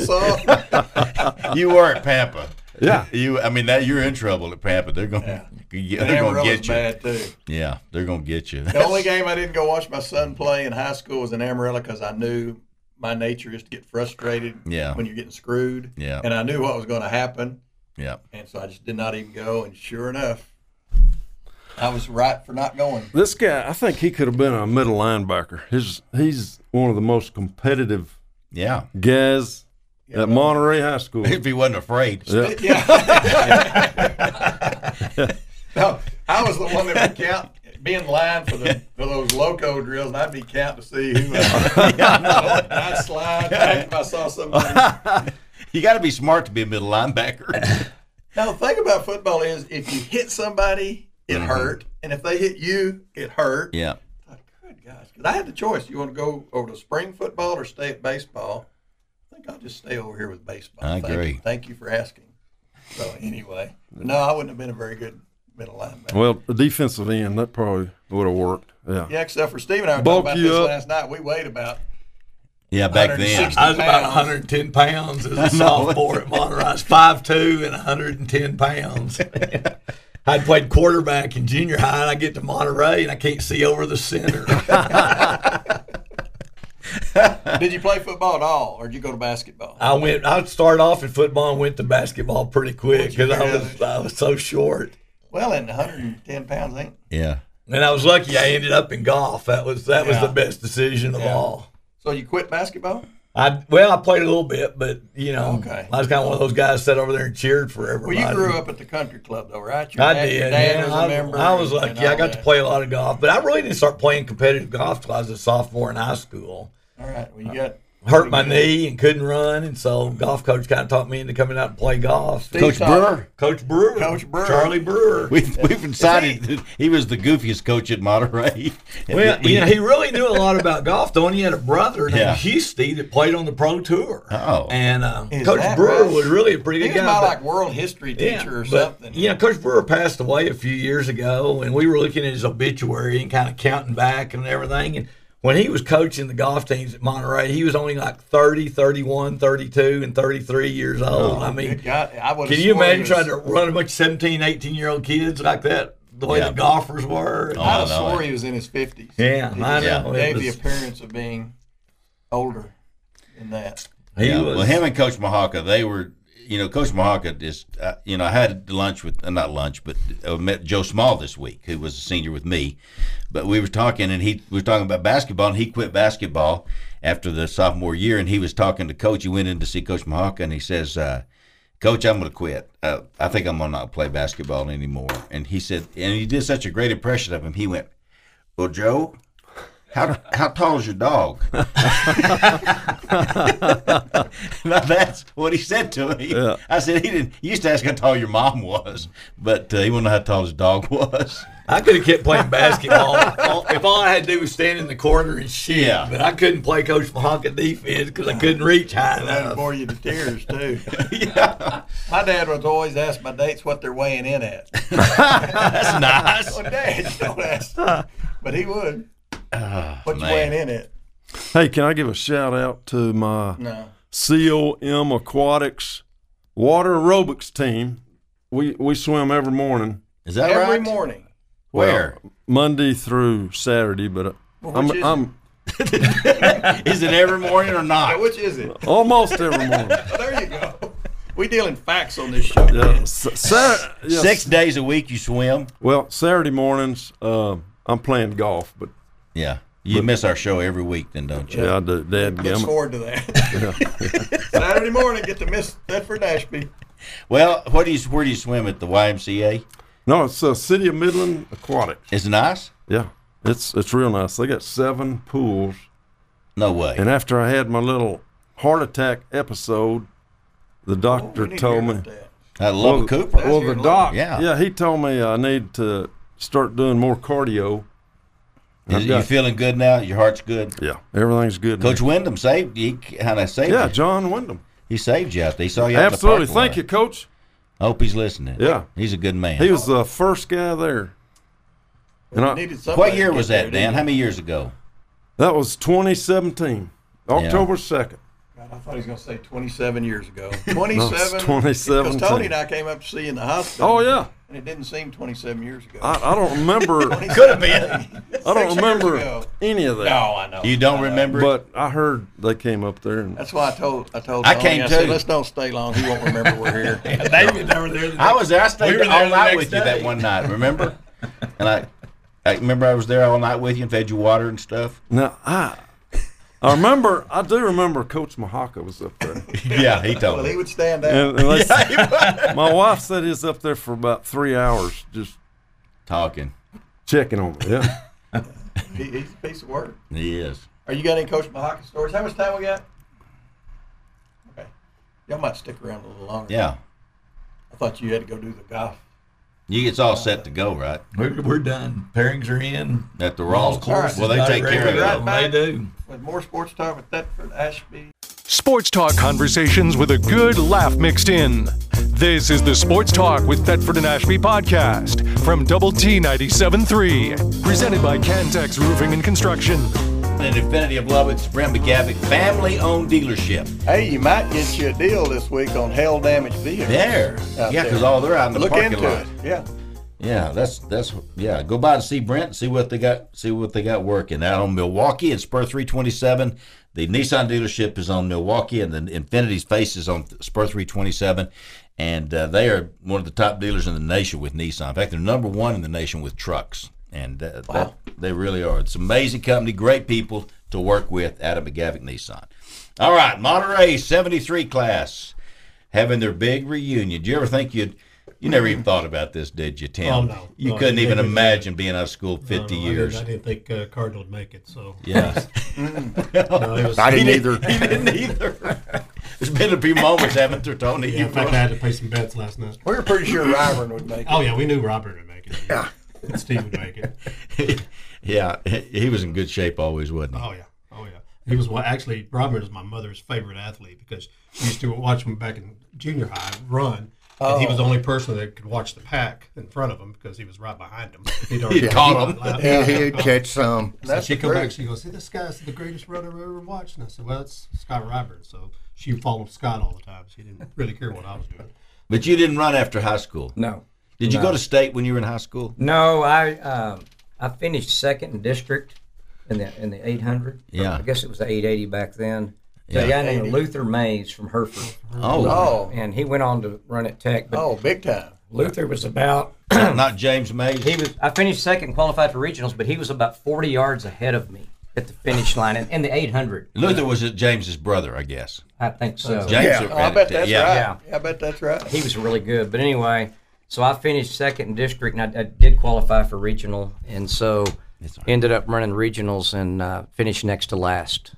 Speaker 3: (laughs)
Speaker 5: song.
Speaker 3: you were at Pampa.
Speaker 8: Yeah.
Speaker 3: (laughs) You, I mean, that you're in trouble at Pampa. They're gonna, (laughs) they're gonna
Speaker 5: Amarillo's
Speaker 3: get you.
Speaker 5: bad too.
Speaker 3: Yeah, they're gonna get you.
Speaker 5: The only game I didn't go watch my son play in high school was in Amarillo because I knew my nature is to get frustrated
Speaker 3: Yeah.
Speaker 5: when you're getting screwed.
Speaker 3: Yeah.
Speaker 5: And I knew what was going to happen.
Speaker 3: Yeah,
Speaker 5: And so I just did not even go. And sure enough, I was right for not going.
Speaker 8: This guy, I think he could have been a middle linebacker. His he's one of the most competitive
Speaker 3: yeah.
Speaker 8: guys at Monterey High School.
Speaker 3: If he wasn't afraid,
Speaker 8: Yeah. (laughs)
Speaker 5: Yeah. no, I was the one that would count, be in line for, the, for those loco drills, and I'd be counting to see
Speaker 3: (laughs)
Speaker 5: who.
Speaker 8: (laughs)
Speaker 5: and I'd slide back if I saw somebody.
Speaker 3: (laughs) you got to be smart to be a middle linebacker.
Speaker 5: Now, the thing about football is if you hit somebody, it
Speaker 8: Mm-hmm.
Speaker 5: hurt. And if they hit you, it hurt.
Speaker 3: yeah,
Speaker 5: I thought, Good gosh. Because I had the choice. You want to go over to spring football or stay at baseball? I think I'll just stay over here with baseball.
Speaker 3: I
Speaker 5: Thank
Speaker 3: agree.
Speaker 5: You. Thank you for asking. So, anyway, no, I wouldn't have been a very good middle linebacker.
Speaker 8: Well, the defensive end that probably would have worked. Yeah.
Speaker 5: yeah, except for Steve and I were
Speaker 8: Bulk
Speaker 5: talking
Speaker 8: you
Speaker 5: about this
Speaker 8: up.
Speaker 5: last night. We weighed about.
Speaker 3: yeah. Back then,
Speaker 5: 160.
Speaker 9: I was about 110 pounds (laughs) as a sophomore at Monterey. I was 5'2 and 110 (laughs) pounds. I'd played quarterback in junior high, and I get to Monterey, and I can't see over the center.
Speaker 5: Did you play football at all, or did you go to basketball?
Speaker 9: I went. I started off in football and went to basketball pretty quick because I was I was so short.
Speaker 5: Well, and 110 pounds ain't.
Speaker 3: yeah.
Speaker 9: And I was lucky. I ended up in golf. That was that was
Speaker 5: Yeah.
Speaker 9: the best decision of all.
Speaker 5: So you quit basketball?
Speaker 9: I well, I played a little bit, but you know,
Speaker 5: Okay.
Speaker 9: I was kind of one of those guys sat over there and cheered for
Speaker 5: Well,
Speaker 9: everybody.
Speaker 5: you grew up at the country club, though, right? Your
Speaker 9: I
Speaker 5: dad,
Speaker 9: did.
Speaker 5: Your dad
Speaker 9: yeah.
Speaker 5: was
Speaker 9: I-
Speaker 5: a member.
Speaker 9: I, was
Speaker 5: and-
Speaker 9: lucky.
Speaker 5: and
Speaker 9: I
Speaker 5: all
Speaker 9: got to
Speaker 5: that.
Speaker 9: play a lot of golf, but I really didn't start playing competitive golf till I was a sophomore in high school.
Speaker 5: All right. Well, you got
Speaker 9: Hurt my knee and couldn't run, and so golf coach kind of taught me into coming out and play golf.
Speaker 3: Coach
Speaker 5: Talk.
Speaker 3: Brewer.
Speaker 9: Coach Brewer,
Speaker 5: Coach Brewer.
Speaker 9: Charlie Brewer.
Speaker 3: We've, we've decided that he was the goofiest coach at Monterey.
Speaker 9: (laughs)
Speaker 3: (laughs)
Speaker 9: Well, you know, he really knew a lot about golf, though. And he had a brother named
Speaker 3: Yeah.
Speaker 9: Husty that played on the pro tour.
Speaker 3: Oh.
Speaker 9: and uh,
Speaker 5: Is
Speaker 9: Coach
Speaker 5: that
Speaker 9: Brewer
Speaker 5: right?
Speaker 9: was really a pretty
Speaker 5: He
Speaker 9: good
Speaker 5: was
Speaker 9: guy.
Speaker 5: my
Speaker 9: but-
Speaker 5: like world history teacher or
Speaker 9: but,
Speaker 5: something.
Speaker 9: You know, Coach Brewer passed away a few years ago, and we were looking at his obituary and kind of counting back and everything. And when he was coaching the golf teams at Monterey, he was only like 30, 31, 32, and 33 years old. I mean,
Speaker 5: Oh, Good God, I would've
Speaker 9: can you
Speaker 5: swore
Speaker 9: imagine
Speaker 5: he
Speaker 9: trying
Speaker 5: was-
Speaker 9: to run a bunch of 17, 18 year old kids like that, the way
Speaker 3: Yeah. Oh, (laughs)
Speaker 9: the golfers were?
Speaker 5: I'd have
Speaker 3: I know
Speaker 5: swore
Speaker 3: it.
Speaker 5: he was in his fifties.
Speaker 9: Yeah, I
Speaker 3: Yeah.
Speaker 9: know. It
Speaker 5: Gave the
Speaker 9: was-
Speaker 5: appearance of being older than that.
Speaker 9: he
Speaker 3: yeah,
Speaker 9: was-
Speaker 3: well, him and Coach Mahaka, they were, you know, Coach Mahaka is, uh, you know, I had lunch with, uh, not lunch, but uh, met Joe Small this week, who was a senior with me. But we were talking, and he we were talking about basketball, and he quit basketball after the sophomore year, and he was talking to Coach. He went in to see Coach Mahaka, and he says, uh, Coach, I'm going to quit. Uh, I think I'm going to not play basketball anymore. And he said, and he did such a great impression of him. He went, Well, Joe, how, how tall is your dog? (laughs) now that's what he said to me. I said he didn't. He used to ask how tall your mom was, but uh, he wouldn't know how tall his dog (laughs) was.
Speaker 9: I could have kept playing basketball if all- if all I had to do was stand in the corner and shoot.
Speaker 3: Yeah.
Speaker 9: But I couldn't play Coach Mahonka defense because I couldn't reach high
Speaker 5: That'd
Speaker 9: enough.
Speaker 5: bore you to tears too. My dad was always ask my dates what they're weighing in at.
Speaker 3: (laughs) That's nice.
Speaker 5: Well, Dad, don't ask. But he would. what (sighs) you
Speaker 3: man.
Speaker 5: weighing in at?
Speaker 8: Hey, can I give a shout out to my
Speaker 5: No.
Speaker 8: COM Aquatics water aerobics team? We we swim every morning,
Speaker 3: Is that
Speaker 5: Every
Speaker 3: right?
Speaker 5: morning.
Speaker 3: Where
Speaker 8: Monday through Saturday, but I'm,
Speaker 5: which is it?
Speaker 8: I'm
Speaker 3: (laughs) is it every morning or
Speaker 5: Now,
Speaker 3: not?
Speaker 5: Which is it?
Speaker 8: almost every morning.
Speaker 5: Well, there you go. We dealing facts on this show.
Speaker 8: Yeah, s-
Speaker 5: (laughs)
Speaker 8: Sat- yeah,
Speaker 3: Six days a week you swim.
Speaker 8: Well, Saturday mornings, um, I'm playing golf, but
Speaker 3: Yeah, you miss our show every week, then don't you?
Speaker 8: yeah, I do. Dad,
Speaker 5: Looks forward
Speaker 8: (laughs)
Speaker 5: to
Speaker 3: (laughs)
Speaker 5: that. (laughs) Saturday morning, get to Miss Thetford Ashby.
Speaker 3: (laughs) Well, what do you where do you swim at the YMCA?
Speaker 8: no, it's uh, City of Midland Aquatic.
Speaker 3: Is it nice?
Speaker 8: Yeah, it's it's real nice. They got seven pools,
Speaker 3: No way.
Speaker 8: and after I had my little heart attack episode, the
Speaker 5: Oh, We
Speaker 8: doctor
Speaker 5: need to
Speaker 8: told
Speaker 5: hear
Speaker 8: me.
Speaker 5: about that.
Speaker 3: I love Cooper.
Speaker 8: Well,
Speaker 5: your
Speaker 8: the
Speaker 5: lawyer.
Speaker 8: doc,
Speaker 3: Yeah.
Speaker 8: yeah. yeah, he told me I need to start doing more cardio.
Speaker 3: Is,
Speaker 8: I've
Speaker 3: you
Speaker 8: got-
Speaker 3: feeling good now? Your heart's good.
Speaker 8: Yeah, everything's good.
Speaker 3: Coach Wyndham saved you. Kind of saved
Speaker 8: yeah,
Speaker 3: you.
Speaker 8: John Wyndham.
Speaker 3: He saved you out there. He saw you out in the
Speaker 8: Absolutely.
Speaker 3: parking
Speaker 8: Thank
Speaker 3: lot.
Speaker 8: you, Coach.
Speaker 3: I hope he's listening.
Speaker 8: Yeah.
Speaker 3: He's a good man.
Speaker 8: He was the first guy there. And I,
Speaker 5: Needed somebody
Speaker 3: what
Speaker 5: to
Speaker 3: year
Speaker 5: get
Speaker 3: was
Speaker 5: there,
Speaker 3: that,
Speaker 5: didn't
Speaker 3: Dan? How many years ago?
Speaker 8: that was 2017, October 2nd.
Speaker 5: you? God, I thought he was going to say 27 years ago.
Speaker 8: (laughs) No,
Speaker 5: 27?
Speaker 8: it's 2017.
Speaker 5: Because Tony and I came up to see you in the hospital.
Speaker 8: Oh, yeah.
Speaker 5: And it didn't seem 27 years ago.
Speaker 8: I, I don't
Speaker 5: (laughs)
Speaker 8: remember. I
Speaker 5: Could
Speaker 3: (laughs)
Speaker 5: have been.
Speaker 8: don't remember
Speaker 5: ago.
Speaker 8: any of that.
Speaker 5: No, I know.
Speaker 3: You don't remember?
Speaker 8: But I heard they came up there. And,
Speaker 5: That's why I told I told
Speaker 3: I
Speaker 5: Tony,
Speaker 3: came
Speaker 5: I said,
Speaker 3: too.
Speaker 5: let's don't stay long. He won't
Speaker 3: (laughs)
Speaker 5: remember we're here.
Speaker 9: David over there.
Speaker 3: I was there. I stayed
Speaker 9: We were there
Speaker 3: all
Speaker 9: the
Speaker 3: night
Speaker 9: next
Speaker 3: with you
Speaker 9: day.
Speaker 3: that one night. Remember?
Speaker 9: (laughs)
Speaker 3: and I, I remember I was there all night with you and fed you water and stuff.
Speaker 8: now, I. I remember, I do remember Coach Mahaka was up there.
Speaker 3: (laughs) yeah, he told
Speaker 5: Well,
Speaker 3: me.
Speaker 5: he would stand out.
Speaker 8: And, and
Speaker 5: (laughs)
Speaker 8: they- my wife said he's up there for about three hours just
Speaker 3: Talking.
Speaker 8: checking on me. Yeah.
Speaker 5: He, he's a piece of work.
Speaker 3: He is.
Speaker 5: Are you got any Coach Mahaka stories? How much time we got? Okay. Y'all might stick around a little longer.
Speaker 3: Yeah.
Speaker 5: I thought you had to go do the golf.
Speaker 3: You, it's all set to go, right?
Speaker 9: We're, we're done. Pairings are in.
Speaker 3: At the Rawls.
Speaker 5: course.
Speaker 3: Well, they take care of
Speaker 5: Right
Speaker 3: it.
Speaker 5: back.
Speaker 9: They do.
Speaker 5: With more sports talk with Thetford Ashby.
Speaker 1: Sports talk conversations with a good laugh mixed in. This is the Sports Talk with Thetford and Ashby podcast from Double T 97.3, presented by Cantex Roofing and Construction.
Speaker 3: And Infinity of Lubbock's Brent McGavick family owned dealership.
Speaker 5: Hey, you might get you a deal this week on hail damage vehicles.
Speaker 3: There.
Speaker 5: Out
Speaker 3: Yeah, because
Speaker 5: there.
Speaker 3: all they're out in the
Speaker 5: Look
Speaker 3: parking
Speaker 5: into
Speaker 3: lot.
Speaker 5: it. Yeah.
Speaker 3: Yeah, that's that's yeah. Go by and see Brent and see what they got. See what they got working out on Milwaukee. It's Spur three twenty seven. The Nissan dealership is on Milwaukee, and the Infinity's face is on Spur three twenty seven. And uh, they are one of the top dealers in the nation with Nissan. In fact, they're number one in the nation with trucks. And uh, that, they really are. It's an amazing company. Great people. to work with at a McGavick Nissan. All right, Monterey 73 class having their big reunion. Do you ever think you'd. You never even thought about this, did you, Tim?
Speaker 7: Oh, no.
Speaker 3: You
Speaker 7: No, I
Speaker 3: couldn't
Speaker 7: didn't
Speaker 3: even
Speaker 7: think of that.
Speaker 3: imagine being out of school 50
Speaker 7: No, no,
Speaker 3: years.
Speaker 7: I didn't, I didn't think uh, Cardinal would make it, so
Speaker 3: Yeah.
Speaker 7: (laughs) no, it
Speaker 5: (laughs)
Speaker 7: was,
Speaker 10: I didn't
Speaker 3: He
Speaker 10: either.
Speaker 3: didn't- He (laughs) didn't either. There's been a few moments, haven't there, Tony?
Speaker 7: yeah, in fact, I had to pay some bets last night.
Speaker 5: We were pretty sure Ryron would make it.
Speaker 7: Oh yeah, we knew Robert would make it. Yeah, and Steve would make it.
Speaker 3: yeah, he was in good shape always, wasn't he?
Speaker 7: Oh yeah, oh yeah. He was well, actually Robert is my mother's favorite athlete because she used to watch him back in junior high run. And he
Speaker 5: Oh.
Speaker 7: was the only person that could watch the pack in front of him because he was right behind
Speaker 10: (laughs)
Speaker 7: him. He'd already
Speaker 3: He'd caught
Speaker 10: Yeah, he'd catch some.
Speaker 7: So she come back. She goes, "See, this guy's the greatest runner I've ever watched." And I said, "Well, it's Scott Robert." So she followed Scott all the time. She didn't really care what I was doing.
Speaker 3: But you didn't run after high school.
Speaker 11: No.
Speaker 3: Did you go to state when you were in high school?
Speaker 11: No, I um, I finished second in district in the in the 800.
Speaker 3: Yeah.
Speaker 11: I guess it was the 880 back then. Yeah. A guy named Luther Mays from Hereford,
Speaker 3: Oh,
Speaker 5: Oh,
Speaker 11: and he went on to run at Tech. But
Speaker 5: oh, big time.
Speaker 11: Luther was about
Speaker 3: (clears throat) not James Mays.
Speaker 11: he was. I finished second, qualified for regionals, but he was about 40 yards ahead of me at the finish line in, in the 800.
Speaker 3: Luther was James's brother, I guess.
Speaker 11: I think so.
Speaker 3: James
Speaker 10: Yeah.
Speaker 3: had-
Speaker 5: Oh, I bet that's
Speaker 3: yeah.
Speaker 5: right. I bet that's right.
Speaker 11: he was really good. But anyway, so I finished second in district, and I, I did qualify for regional, and so ended up running regionals and uh, finished next to last.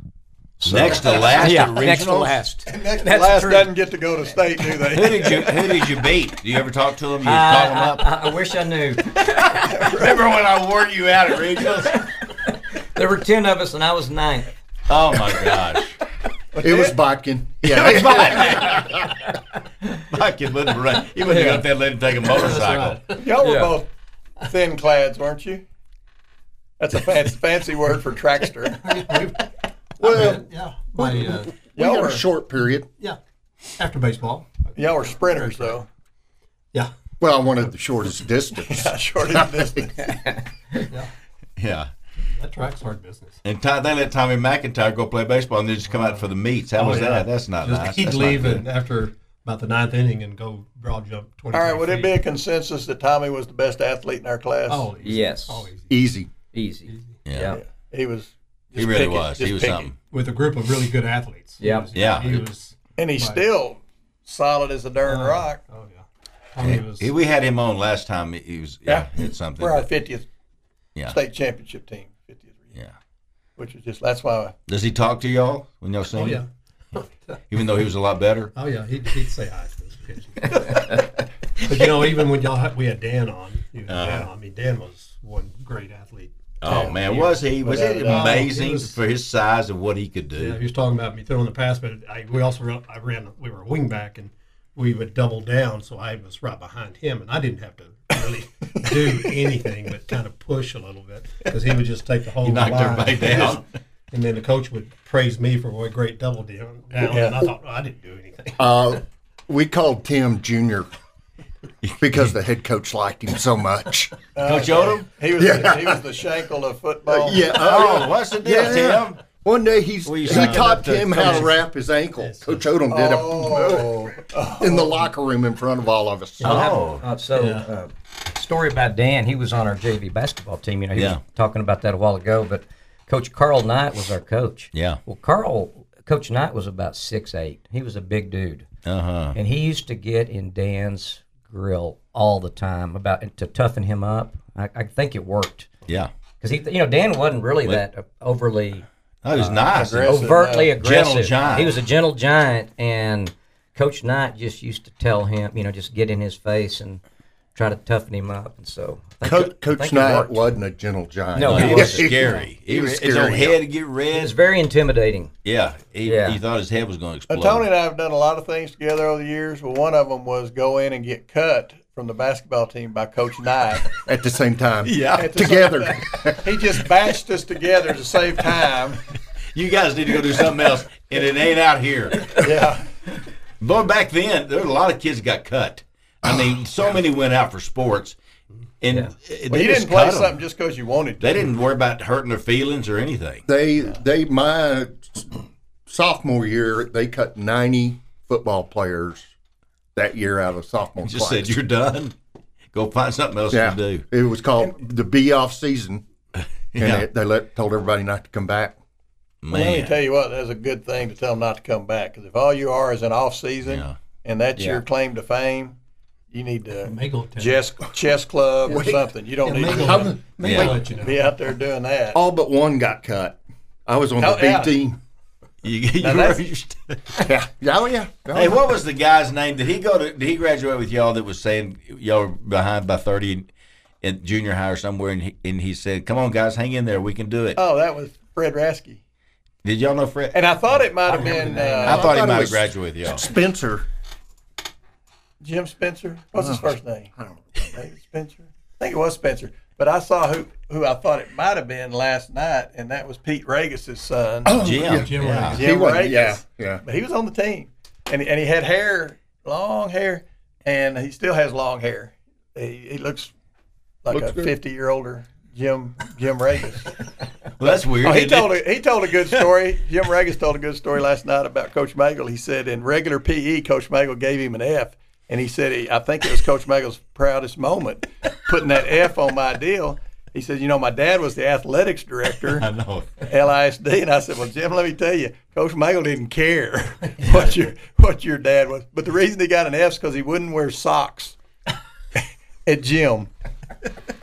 Speaker 3: Next to last
Speaker 11: yeah,
Speaker 3: at
Speaker 11: next to
Speaker 3: regionals?
Speaker 11: last.
Speaker 5: (laughs) Next
Speaker 11: That's
Speaker 5: class
Speaker 11: true.
Speaker 5: doesn't get to go to state, do
Speaker 3: Who
Speaker 5: they? Uh,
Speaker 3: did you Who did you
Speaker 5: (laughs)
Speaker 3: beat? Do you ever talk to him? You
Speaker 11: I,
Speaker 3: call him up.
Speaker 11: I- I wish I knew.
Speaker 3: (laughs) Remember when I wore you out at regionals?
Speaker 11: (laughs) There were ten of us, and I was ninth.
Speaker 3: Oh my gosh!
Speaker 10: It
Speaker 3: (laughs)
Speaker 10: was Botkin. Yeah,
Speaker 3: Mike, he wouldn't run. He wouldn't go up there and let him take a motorcycle.
Speaker 5: Y'all were
Speaker 11: Yeah.
Speaker 5: both thin clads, weren't you? That's
Speaker 3: (laughs)
Speaker 5: a fancy, fancy word for trackster.
Speaker 10: well,
Speaker 7: Yeah, my uh,
Speaker 10: we
Speaker 5: Y'all
Speaker 10: had
Speaker 5: were,
Speaker 10: a short period.
Speaker 7: yeah. After baseball,
Speaker 5: y'all were sprinters, though.
Speaker 7: yeah.
Speaker 10: Well, I wanted the
Speaker 3: (laughs)
Speaker 10: shortest distance.
Speaker 5: Short of distance.
Speaker 3: Yeah.
Speaker 7: That track's hard business.
Speaker 3: And Tom, they let Tommy McIntyre go play baseball and then just come out for the meets. How was that? That's not
Speaker 7: Oh, Just
Speaker 3: nice.
Speaker 7: he'd
Speaker 3: That's not
Speaker 7: leave
Speaker 3: good.
Speaker 7: and after about the ninth inning and go broad jump twenty.
Speaker 5: All right, would it be a consensus that Tommy was the best athlete in our class?
Speaker 7: Oh easy.
Speaker 11: Yes,
Speaker 7: Oh, easy.
Speaker 10: Easy.
Speaker 11: easy. Yeah.
Speaker 5: He was.
Speaker 3: He really
Speaker 5: pick it,
Speaker 3: was. He
Speaker 5: just
Speaker 3: was
Speaker 5: pick it.
Speaker 3: something.
Speaker 7: With a group of really good athletes. He
Speaker 11: Yeah.
Speaker 7: was-
Speaker 3: Yeah.
Speaker 7: He was.
Speaker 5: And he's still solid as a darn rock.
Speaker 7: Oh yeah. Tommy was.
Speaker 3: He- we had him on last time. He- He was yeah, it's something.
Speaker 5: We're our
Speaker 3: but-
Speaker 5: 50th
Speaker 3: Yeah.
Speaker 5: state championship team, 50th,
Speaker 3: yeah.
Speaker 5: which is just, that's why
Speaker 3: Does he talk to y'all when y'all sing?
Speaker 7: oh yeah.
Speaker 3: (laughs) Even though he was a lot better.
Speaker 7: Oh yeah. He'd, he'd say hi to us occasionally. but you know, even when y'all had, we had Dan on, you know, Dan, I mean, Dan was one great athlete.
Speaker 3: Uh-huh. Oh man, was he? Was it
Speaker 7: doubt.
Speaker 3: amazing
Speaker 7: uh, He was-
Speaker 3: for his size and what he could do?
Speaker 7: Yeah, he was talking about me throwing the pass, but I, we also ran, I ran. We were a wingback, and we would double down, so I was right behind him, and I didn't have to (laughs) really do anything but kind of push a little bit because he would just take the whole
Speaker 3: He knocked
Speaker 7: line.
Speaker 3: everybody down.
Speaker 7: and then the coach would praise me for what a great double down. down And I thought "Oh, I didn't do anything.
Speaker 10: Uh, we called Tim Junior because the head coach liked him so much.
Speaker 3: Coach Odom?
Speaker 5: he was, he was the shankle
Speaker 7: (laughs)
Speaker 5: of football.
Speaker 10: Yeah.
Speaker 3: Oh, what's the deal,
Speaker 10: Yeah, yeah.
Speaker 3: Tim?
Speaker 10: One day he's,
Speaker 3: We
Speaker 10: he
Speaker 3: signed him up
Speaker 10: taught
Speaker 3: to
Speaker 10: Tim how
Speaker 3: coach.
Speaker 10: to wrap his ankle. Coach Odom did it (laughs) in the locker room in front of all of us.
Speaker 3: Oh.
Speaker 11: Uh, so, uh, story about Dan. He was on our JV basketball team. You know, he
Speaker 3: Yeah.
Speaker 11: was talking about that a while ago. But Coach Carl Knight was our coach.
Speaker 3: Yeah.
Speaker 11: Well, Carl, Coach Knight was about six eight. He was a big dude,
Speaker 3: Uh huh.
Speaker 11: and he used to get in Dan's grill all the time about to toughen him up. I, I think it worked
Speaker 3: Yeah.
Speaker 11: because he, you know, Dan wasn't really that overly uh,
Speaker 3: That was nice.
Speaker 11: overtly aggressive.
Speaker 3: giant.
Speaker 11: He was a gentle giant, and Coach Knight just used to tell him, you know, just get in his face and try to toughen him up. And so, I think
Speaker 10: Co-
Speaker 11: it- I
Speaker 10: coach
Speaker 11: think it
Speaker 10: Knight
Speaker 11: worked.
Speaker 10: wasn't a gentle giant.
Speaker 11: No,
Speaker 3: He
Speaker 11: he
Speaker 3: was
Speaker 11: wasn't.
Speaker 3: scary. He was, his old head would get
Speaker 11: It was
Speaker 3: red.
Speaker 11: very intimidating.
Speaker 3: Yeah. He,
Speaker 11: Yeah.
Speaker 3: he thought his head was going to
Speaker 5: Uh,
Speaker 3: explode.
Speaker 5: Tony and I have done a lot of things together over the years. Well, one of them was go in and get cut from the basketball team by Coach
Speaker 7: (laughs)
Speaker 5: Knight.
Speaker 10: At the same time.
Speaker 3: Yeah.
Speaker 5: At the same
Speaker 10: Together.
Speaker 5: time, he just bashed us together to save time.
Speaker 3: You guys need to go do something else, and it ain't out here.
Speaker 5: Yeah.
Speaker 3: But back then, there were a lot of kids got cut. I mean, so many went out for sports, and they
Speaker 5: Well, you
Speaker 3: just
Speaker 5: didn't play
Speaker 3: cut 'em.
Speaker 5: something just because you wanted to.
Speaker 3: They didn't worry about hurting their feelings or anything.
Speaker 10: They they my sophomore year they cut ninety football players that year out of sophomore
Speaker 3: Just
Speaker 10: class.
Speaker 3: said, "You're done. Go find something else
Speaker 10: yeah,
Speaker 3: to do." (laughs)
Speaker 10: it was called the be off season, and
Speaker 3: Yeah.
Speaker 10: they, they let told everybody not to come back.
Speaker 5: Well, Let me tell you what, that's a good thing to tell them not to come back because if all you are is an off season and that's
Speaker 7: Yeah.
Speaker 5: your claim to fame, you need to
Speaker 7: Magle tell
Speaker 5: chess chess club or
Speaker 10: Wait.
Speaker 5: something. You don't
Speaker 10: Yeah,
Speaker 5: need
Speaker 10: Magle-
Speaker 5: to
Speaker 10: Magle Yeah. let you know.
Speaker 5: be out there doing that.
Speaker 10: All but one got cut. I was on
Speaker 5: Oh,
Speaker 10: the B
Speaker 5: yeah.
Speaker 10: team.
Speaker 3: you (laughs)
Speaker 5: Now
Speaker 3: were-
Speaker 5: that's-
Speaker 10: yeah. Yeah, Oh yeah.
Speaker 3: (laughs)
Speaker 10: Oh,
Speaker 3: Hey,
Speaker 10: yeah.
Speaker 3: what was the guy's name? Did he go to? Did he graduate with y'all that was saying y'all were behind by thirty in, in junior high or somewhere? And he, and he said, "Come on, guys, hang in there. We can do it."
Speaker 5: Oh, that was Fred Rasky.
Speaker 3: Did y'all know Fred?
Speaker 5: And I thought it might have been uh,
Speaker 3: I thought he might
Speaker 10: it
Speaker 3: have
Speaker 10: was
Speaker 3: graduated with y'all.
Speaker 10: Spencer.
Speaker 5: Jim Spencer. What's his first name? I don't know. David Spencer. I think it was Spencer. But I saw who who I thought it might have been last night, and that was Pete Ragus' son.
Speaker 10: Oh, Jim. yeah. Jim
Speaker 5: yeah.
Speaker 10: Ragus.
Speaker 5: Jim
Speaker 10: He wasn't-
Speaker 5: Ragus.
Speaker 10: yeah, yeah.
Speaker 5: But he was on the team, and and he had hair, long hair, and he still has long hair. He, he looks like
Speaker 10: Looks
Speaker 5: a
Speaker 10: good.
Speaker 5: fifty year older Jim Jim Ragus.
Speaker 3: Well, that's weird.
Speaker 5: Oh, he
Speaker 3: isn't it?
Speaker 5: told a, he told
Speaker 3: (laughs)
Speaker 5: a good story. Jim Regis told a good story last night about Coach Magel. He said in regular PE, Coach Magel gave him an F, and he said he, I think it was Coach Magel's proudest moment putting that F on my deal. He said, you know, my dad was the athletics director,
Speaker 3: (laughs) I know.
Speaker 5: at LISD, and I said, well, Jim, let me tell you, Coach Magel didn't care (laughs) what your what your dad was, but the reason he got an F is because he wouldn't wear socks (laughs) at gym.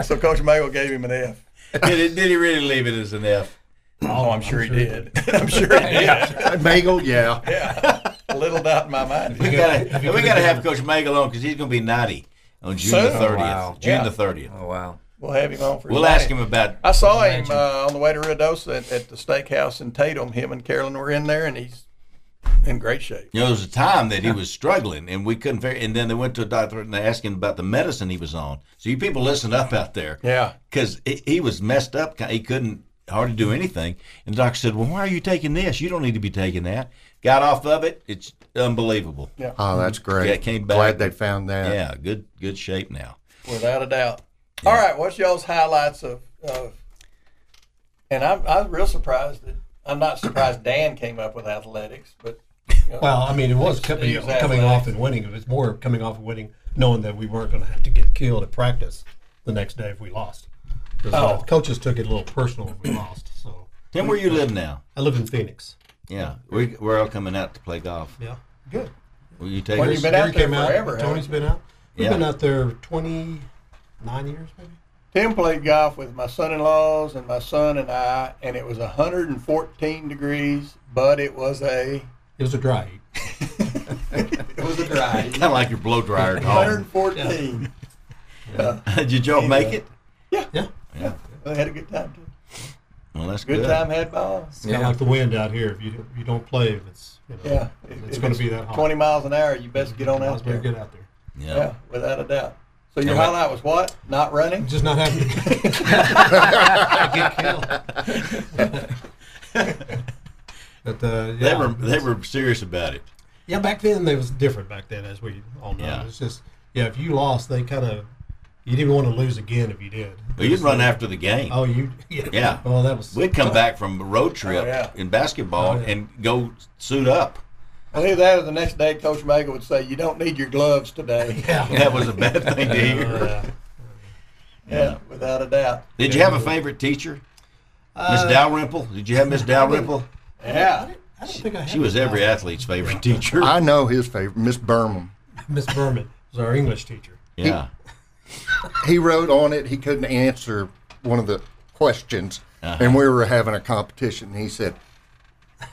Speaker 5: So Coach Magel gave him an F.
Speaker 3: Did, it, did he really leave it as an F?
Speaker 5: Oh, I'm sure he did. (laughs) I'm sure he did.
Speaker 10: Bagel, yeah.
Speaker 5: Little doubt in my mind.
Speaker 3: We gotta, we gotta have Coach Magel on because he's gonna be ninety on June the
Speaker 5: Soon.
Speaker 3: thirtieth.
Speaker 11: Oh, Wow.
Speaker 3: June
Speaker 5: Yeah.
Speaker 3: the thirtieth.
Speaker 11: Oh wow.
Speaker 5: We'll have him on for.
Speaker 3: We'll
Speaker 5: his
Speaker 3: ask
Speaker 5: name.
Speaker 3: him about.
Speaker 5: I saw him uh, on the way to Ruidosa at, at the steakhouse in Tatum. Him and Carolyn were in there, and he's in great shape.
Speaker 3: You know, there was a time that he was struggling, and we couldn't. Figure, and then they went to a doctor and they asked him about the medicine he was on. So you people listen up out there.
Speaker 5: Yeah.
Speaker 3: because he was messed up. He couldn't hardly do anything. And the doctor said, "Well, why are you taking this? You don't need to be taking that." Got off of it. It's unbelievable.
Speaker 5: Yeah.
Speaker 10: Oh, that's great.
Speaker 3: Yeah, it came back.
Speaker 10: Glad they found that.
Speaker 3: Yeah, good good shape now.
Speaker 5: Without a doubt. All right, what's y'all's highlights of? of and I'm I'm real surprised that I'm not surprised Dan came up with athletics, but you know,
Speaker 7: Well, I mean, it was coming,
Speaker 5: Steve's
Speaker 7: coming
Speaker 5: athletic.
Speaker 7: off and winning. It was more coming off and winning, knowing that we weren't going to have to get killed at practice the next day if we lost. 'Cause, uh,
Speaker 5: Oh.
Speaker 7: coaches took it a little personal if we lost. So
Speaker 3: Tim, where you live now?
Speaker 7: I live in Phoenix.
Speaker 3: Yeah, we, we're all coming out to play golf.
Speaker 7: Yeah, good.
Speaker 3: Will you take
Speaker 5: Well,
Speaker 3: us?
Speaker 5: you've been out there
Speaker 7: came
Speaker 5: forever,
Speaker 7: Out.
Speaker 5: haven't
Speaker 7: Tony's
Speaker 5: you?
Speaker 7: been out. We've
Speaker 3: Yeah.
Speaker 7: been out there twenty nine years, maybe.
Speaker 5: Tim played golf with my son-in-laws and my son and I, and it was 114 degrees, but it was a
Speaker 7: It was a dry heat.
Speaker 5: it was a (laughs)
Speaker 3: (laughs)
Speaker 5: dry.
Speaker 3: kind of like your blow dryer at home.
Speaker 5: 114.
Speaker 3: Did y'all make it?
Speaker 7: Yeah,
Speaker 5: I had a good time too.
Speaker 3: Well, that's
Speaker 5: Good
Speaker 3: good.
Speaker 5: time had by all.
Speaker 7: it's kind of like the wind out here. If you you don't play, if it's you know,
Speaker 5: Yeah,
Speaker 7: it's going to be that hot.
Speaker 5: 20 miles an hour. You best get on out
Speaker 7: It's very
Speaker 5: there.
Speaker 7: good out there.
Speaker 3: Yeah.
Speaker 5: Yeah, without a doubt. So your highlight was what? Not running.
Speaker 7: Just not having
Speaker 5: (laughs)
Speaker 7: to get killed. but uh, yeah,
Speaker 3: They were they were serious about it.
Speaker 7: (laughs) Yeah, back then they was different. Back then, as we all know,
Speaker 3: Yeah.
Speaker 7: it's just yeah. If you lost, they kind of you didn't want to lose again if you did.
Speaker 3: Well, you'd run after the game.
Speaker 7: Oh, you (laughs) yeah.
Speaker 3: Yeah.
Speaker 7: Well, Oh, that was Oh,
Speaker 3: We'd come back from a road trip
Speaker 5: Oh, yeah.
Speaker 3: in basketball and go suit up.
Speaker 5: I think that was the next day. Coach Magel would say, "You don't need your gloves today."
Speaker 7: (laughs) Yeah.
Speaker 3: That was a bad thing to hear.
Speaker 7: Uh,
Speaker 5: yeah, without a doubt.
Speaker 3: Did you have a favorite teacher? Miss
Speaker 7: Uh,
Speaker 3: Dalrymple? Did you
Speaker 7: (laughs)
Speaker 3: have Miss
Speaker 5: (laughs)
Speaker 3: Dalrymple?
Speaker 5: Uh, Yeah.
Speaker 7: I don't think I had
Speaker 3: She was every athlete's favorite teacher.
Speaker 10: I know his favorite, Miss Berman.
Speaker 7: Miss Berman was our English teacher.
Speaker 3: Yeah.
Speaker 10: He wrote on it. He couldn't answer one of the questions, and
Speaker 3: Uh-huh.
Speaker 10: we were having a competition. He said,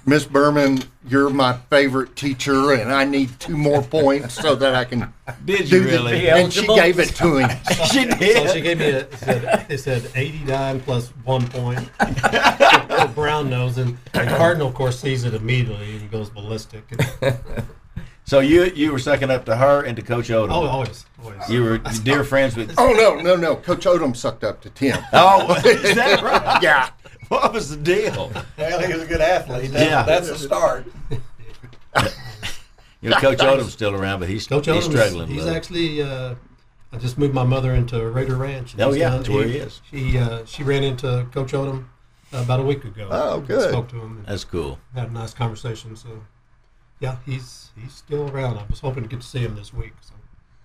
Speaker 10: "Miss Berman, you're my favorite teacher, and I need two more points so that I can."
Speaker 3: Did you
Speaker 10: do the-"
Speaker 3: really?
Speaker 9: Yeah.
Speaker 10: And she gave it to him.
Speaker 3: (laughs) She
Speaker 7: So she
Speaker 3: did.
Speaker 7: gave me a, it said, it said 89 plus one point. Little brown nose. And, and Cardinal, of course, sees it immediately and goes
Speaker 10: (laughs)
Speaker 7: ballistic. And,
Speaker 3: So you you were sucking up to her and to Coach Odom.
Speaker 7: oh, always. always.
Speaker 3: You
Speaker 7: (laughs)
Speaker 3: were dear friends with.
Speaker 10: Oh no, no, no! Coach Odom sucked up to Tim.
Speaker 3: Oh, is
Speaker 10: (laughs)
Speaker 3: that right?
Speaker 10: Yeah,
Speaker 3: What was the deal?
Speaker 5: Well, he was a good athlete. That's,
Speaker 3: Yeah.
Speaker 5: That's a start.
Speaker 3: You know, Coach Odom's still around, but he's,
Speaker 7: Coach Odom,
Speaker 3: he's
Speaker 7: is-
Speaker 3: struggling.
Speaker 7: He's
Speaker 3: with it.
Speaker 7: actually. Uh, I just moved my mother into Raider Ranch. and
Speaker 3: Oh,
Speaker 7: he's
Speaker 3: yeah,
Speaker 7: down-
Speaker 3: that's where he is.
Speaker 7: She uh, she ran into Coach Odom about a week ago.
Speaker 10: Oh, good.
Speaker 7: Spoke to him and
Speaker 3: That's cool.
Speaker 7: had a nice conversation. So, yeah, he's he's still around. I was hoping to get to see him this week. So.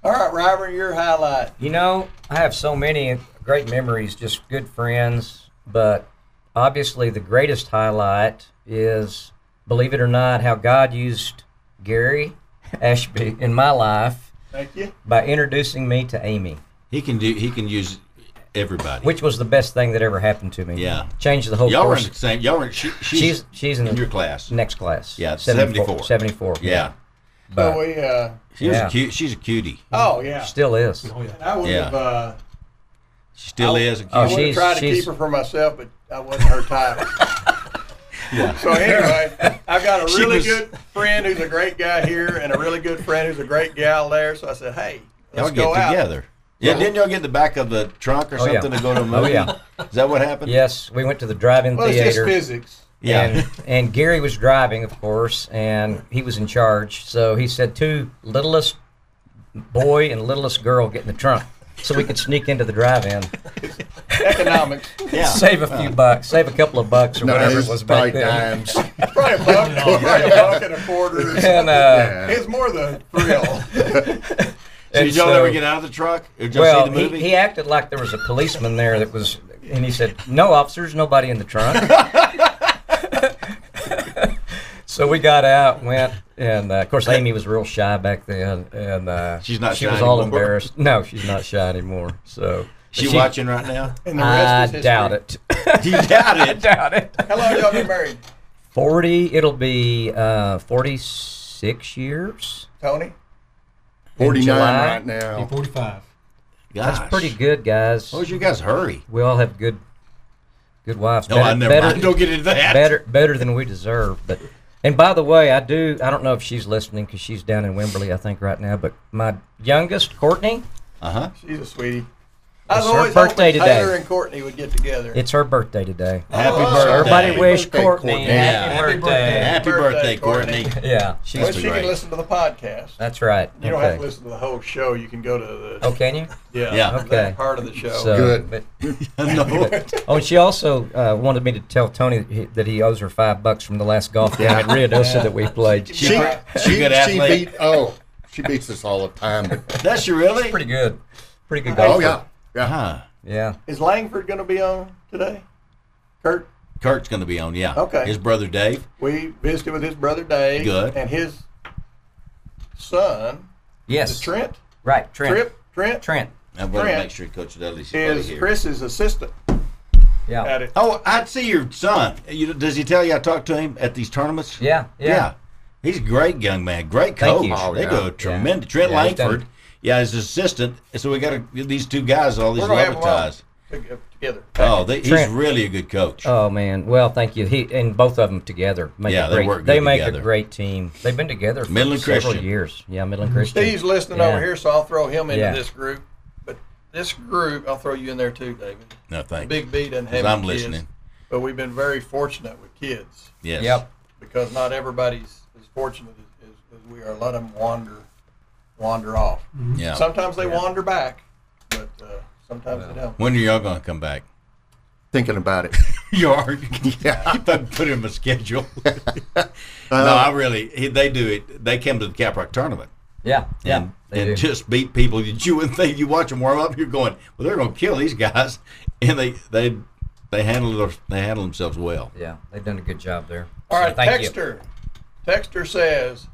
Speaker 5: All right, Robert, your highlight.
Speaker 11: You know, I have so many great memories, just good friends. But obviously, the greatest highlight is, believe it or not, how God used Gary Ashby in my life
Speaker 5: Thank you.
Speaker 11: by introducing me to Amy,
Speaker 3: He can do. He can use everybody.
Speaker 11: which was the best thing that ever happened to me.
Speaker 3: Yeah.
Speaker 11: Changed the whole
Speaker 3: y'all are in
Speaker 11: course.
Speaker 3: the same. Y'all are. in- She, she's,
Speaker 11: she's, she's in,
Speaker 3: in
Speaker 11: the
Speaker 3: your class.
Speaker 11: next class.
Speaker 3: Yeah, 74.
Speaker 11: 74. 74.
Speaker 3: Yeah.
Speaker 11: But
Speaker 5: we, uh,
Speaker 3: She was
Speaker 11: Yeah.
Speaker 3: a cute. She's a cutie.
Speaker 5: oh yeah,
Speaker 11: still is.
Speaker 5: I would
Speaker 3: Yeah.
Speaker 5: have. Uh,
Speaker 3: She still is a
Speaker 11: Oh,
Speaker 5: I
Speaker 3: cutie.
Speaker 5: would have
Speaker 11: she's-
Speaker 5: tried to
Speaker 11: she's-
Speaker 5: keep her for myself, but I wasn't her type.
Speaker 11: (laughs)
Speaker 3: (laughs)
Speaker 5: So anyway, I've got a
Speaker 3: She
Speaker 5: really
Speaker 3: was-
Speaker 5: good friend who's a great guy here, and a really good friend who's a great gal there. So I said, "Hey,
Speaker 3: y'all
Speaker 5: let's
Speaker 3: get
Speaker 5: go out."
Speaker 3: together. Yeah. Didn't y'all get in the back of the trunk or
Speaker 11: Oh, yeah.
Speaker 3: something to go to
Speaker 11: (laughs)
Speaker 3: a
Speaker 11: Oh,
Speaker 3: movie?
Speaker 11: yeah.
Speaker 3: Is that what happened?
Speaker 11: Yes, we went to the drive-in
Speaker 5: Well, it's just
Speaker 11: theater.
Speaker 5: physics.
Speaker 3: Yeah.
Speaker 11: And, (laughs) and Gary was driving, of course, and he was in charge. So he said, two littlest boy and littlest girl get in the trunk so we could sneak into the drive-in,
Speaker 5: Economics.
Speaker 3: (laughs)
Speaker 5: (laughs)
Speaker 3: yeah. Uh.
Speaker 11: save a few bucks, save a couple of bucks or whatever it was back
Speaker 10: five
Speaker 11: then. (laughs)
Speaker 10: times.
Speaker 5: Probably a buck, probably a buck and a quarter.
Speaker 11: And, uh,
Speaker 10: Yeah.
Speaker 5: It's more the thrill.
Speaker 3: So
Speaker 11: (laughs) and
Speaker 3: did y'all
Speaker 11: so-
Speaker 3: ever
Speaker 11: (laughs)
Speaker 3: get out of the truck? Or did y'all
Speaker 11: well,
Speaker 3: see the movie?
Speaker 11: He, he acted like there was a policeman there that was, and he said, "No officers, nobody in the trunk." (laughs) so we got out, went, and uh, of course Amy was real shy back then, and uh,
Speaker 3: She's not
Speaker 11: She
Speaker 3: shy
Speaker 11: was all
Speaker 3: anymore.
Speaker 11: embarrassed. No, she's not shy anymore. So
Speaker 3: she,
Speaker 11: but
Speaker 3: watching right now?
Speaker 5: And the
Speaker 11: I
Speaker 5: rest is
Speaker 11: doubt it.
Speaker 3: you doubt it.
Speaker 11: doubt it.
Speaker 5: How long y'all been married,
Speaker 11: (laughs) Forty. It'll be uh, forty-six years.
Speaker 5: Tony?
Speaker 11: in
Speaker 10: 49
Speaker 11: July.
Speaker 10: right now.
Speaker 4: 45.
Speaker 3: Gosh.
Speaker 11: That's pretty good, guys.
Speaker 3: What was your guys' hurry?
Speaker 11: We all have good, good wives.
Speaker 3: No,
Speaker 11: better,
Speaker 3: I never
Speaker 11: better-
Speaker 3: mind. Don't get into that.
Speaker 11: better better than we deserve. But and by the way, I do. I don't know if she's listening because she's down in Wimberley, I think, right now. But my youngest, Courtney,
Speaker 3: Uh-huh.
Speaker 5: She's a sweetie. I was
Speaker 11: It's her
Speaker 5: always
Speaker 11: birthday
Speaker 5: hoping
Speaker 11: today.
Speaker 5: Taylor and Courtney would get together.
Speaker 11: it's her birthday today.
Speaker 3: Happy
Speaker 5: Oh,
Speaker 3: birthday.
Speaker 11: Everybody wish
Speaker 10: birthday,
Speaker 11: Courtney,
Speaker 10: Courtney.
Speaker 11: happy,
Speaker 3: Yeah.
Speaker 11: birthday.
Speaker 3: Happy birthday,
Speaker 5: Birthday,
Speaker 3: Courtney.
Speaker 11: Yeah, she's.
Speaker 5: well,
Speaker 3: be
Speaker 5: she
Speaker 3: right.
Speaker 5: can listen to the podcast.
Speaker 11: That's right.
Speaker 5: You don't have to listen to the whole show. You can go to the
Speaker 11: Oh, can you?
Speaker 5: (laughs) yeah,
Speaker 3: Yeah.
Speaker 5: that
Speaker 11: Okay.
Speaker 5: part of the show.
Speaker 11: So,
Speaker 3: (laughs)
Speaker 10: Good.
Speaker 11: but- (laughs)
Speaker 3: no.
Speaker 11: oh, and she also uh, wanted me to tell Tony that he, that he owes her five bucks from the last golf game at Rio Dosa that we played.
Speaker 3: (laughs)
Speaker 10: She, she,
Speaker 3: good
Speaker 10: she
Speaker 3: athlete.
Speaker 10: beat, oh, she beats us all the time. (laughs) But,
Speaker 3: That's you really?
Speaker 11: Pretty good. Pretty good golf.
Speaker 10: oh, yeah. Yeah.
Speaker 3: Huh.
Speaker 11: Yeah.
Speaker 5: Is Langford going to be on today? Kurt,
Speaker 3: Kurt's going to be on, yeah.
Speaker 5: Okay.
Speaker 3: His brother Dave.
Speaker 5: we visited with his brother Dave.
Speaker 3: Good.
Speaker 5: And his son,
Speaker 11: Yes.
Speaker 5: Trent.
Speaker 11: Right. Trent.
Speaker 5: Trip. Trent.
Speaker 11: Trent.
Speaker 3: I'm going to
Speaker 5: Trent
Speaker 3: make sure Coach Dudley's buddy
Speaker 5: is
Speaker 3: here.
Speaker 5: Chris's assistant
Speaker 11: Yeah.
Speaker 5: at it.
Speaker 3: Oh, I'd see your son. You, does he tell you I talked to him at these tournaments?
Speaker 11: Yeah, yeah.
Speaker 3: He's a great young man, great
Speaker 11: Thank
Speaker 3: coach.
Speaker 11: you.
Speaker 3: they
Speaker 10: yeah.
Speaker 3: do a tremendous. Trent
Speaker 11: Yeah, he's done-
Speaker 3: Langford, yeah, his assistant. So we got to these two guys, all these
Speaker 5: We're gonna have
Speaker 3: love
Speaker 5: them on
Speaker 3: ties.
Speaker 5: to- together.
Speaker 3: Oh, they, he's
Speaker 11: Trent.
Speaker 3: really a good coach.
Speaker 11: Oh man, well, thank you. He and both of them together make
Speaker 3: Yeah,
Speaker 11: a
Speaker 3: they
Speaker 11: great.
Speaker 3: work good
Speaker 11: they make
Speaker 3: together.
Speaker 11: a great team. They've been together for
Speaker 3: Midland
Speaker 11: several
Speaker 3: Christian.
Speaker 11: years. Yeah, Midland Christian.
Speaker 5: Steve's listening
Speaker 11: Yeah.
Speaker 5: over here, so I'll throw him into
Speaker 11: Yeah.
Speaker 5: this group. But this group, I'll throw you in there too, David.
Speaker 3: no, thanks.
Speaker 5: Big B doesn't have.
Speaker 3: 'Cause I'm
Speaker 5: any kids,
Speaker 3: listening.
Speaker 5: But we've been very fortunate with kids
Speaker 3: Yes.
Speaker 11: Yep.
Speaker 5: because not everybody's as fortunate as, as, as we are. A lot of them wander, wander off.
Speaker 3: Mm-hmm. Yeah.
Speaker 5: Sometimes they wander back, but uh, sometimes they don't.
Speaker 3: when are y'all going to come back?
Speaker 10: Thinking about it.
Speaker 11: (laughs)
Speaker 3: you are. (laughs) Yeah. if I put him a schedule.
Speaker 11: Uh,
Speaker 3: no, I really. he- They do it. They come to the Caprock tournament.
Speaker 11: Yeah, yeah.
Speaker 3: and,
Speaker 11: they
Speaker 3: and
Speaker 11: do.
Speaker 3: just beat people that you wouldn't think you watch them warm up. You're going, well, they're going to kill these guys, (laughs) and they they they handle their, they handle themselves well.
Speaker 11: yeah, they've done a good job there.
Speaker 5: All
Speaker 11: So
Speaker 5: right,
Speaker 11: thank you.
Speaker 5: Texter. Texter says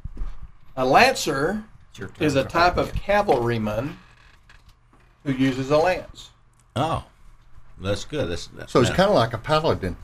Speaker 5: a lancer
Speaker 11: It's your turn.
Speaker 5: is a type of cavalryman who uses a lance.
Speaker 3: (laughs) Oh, that's good. That's, that's
Speaker 10: So it's
Speaker 3: now-
Speaker 10: kind of like a paladin.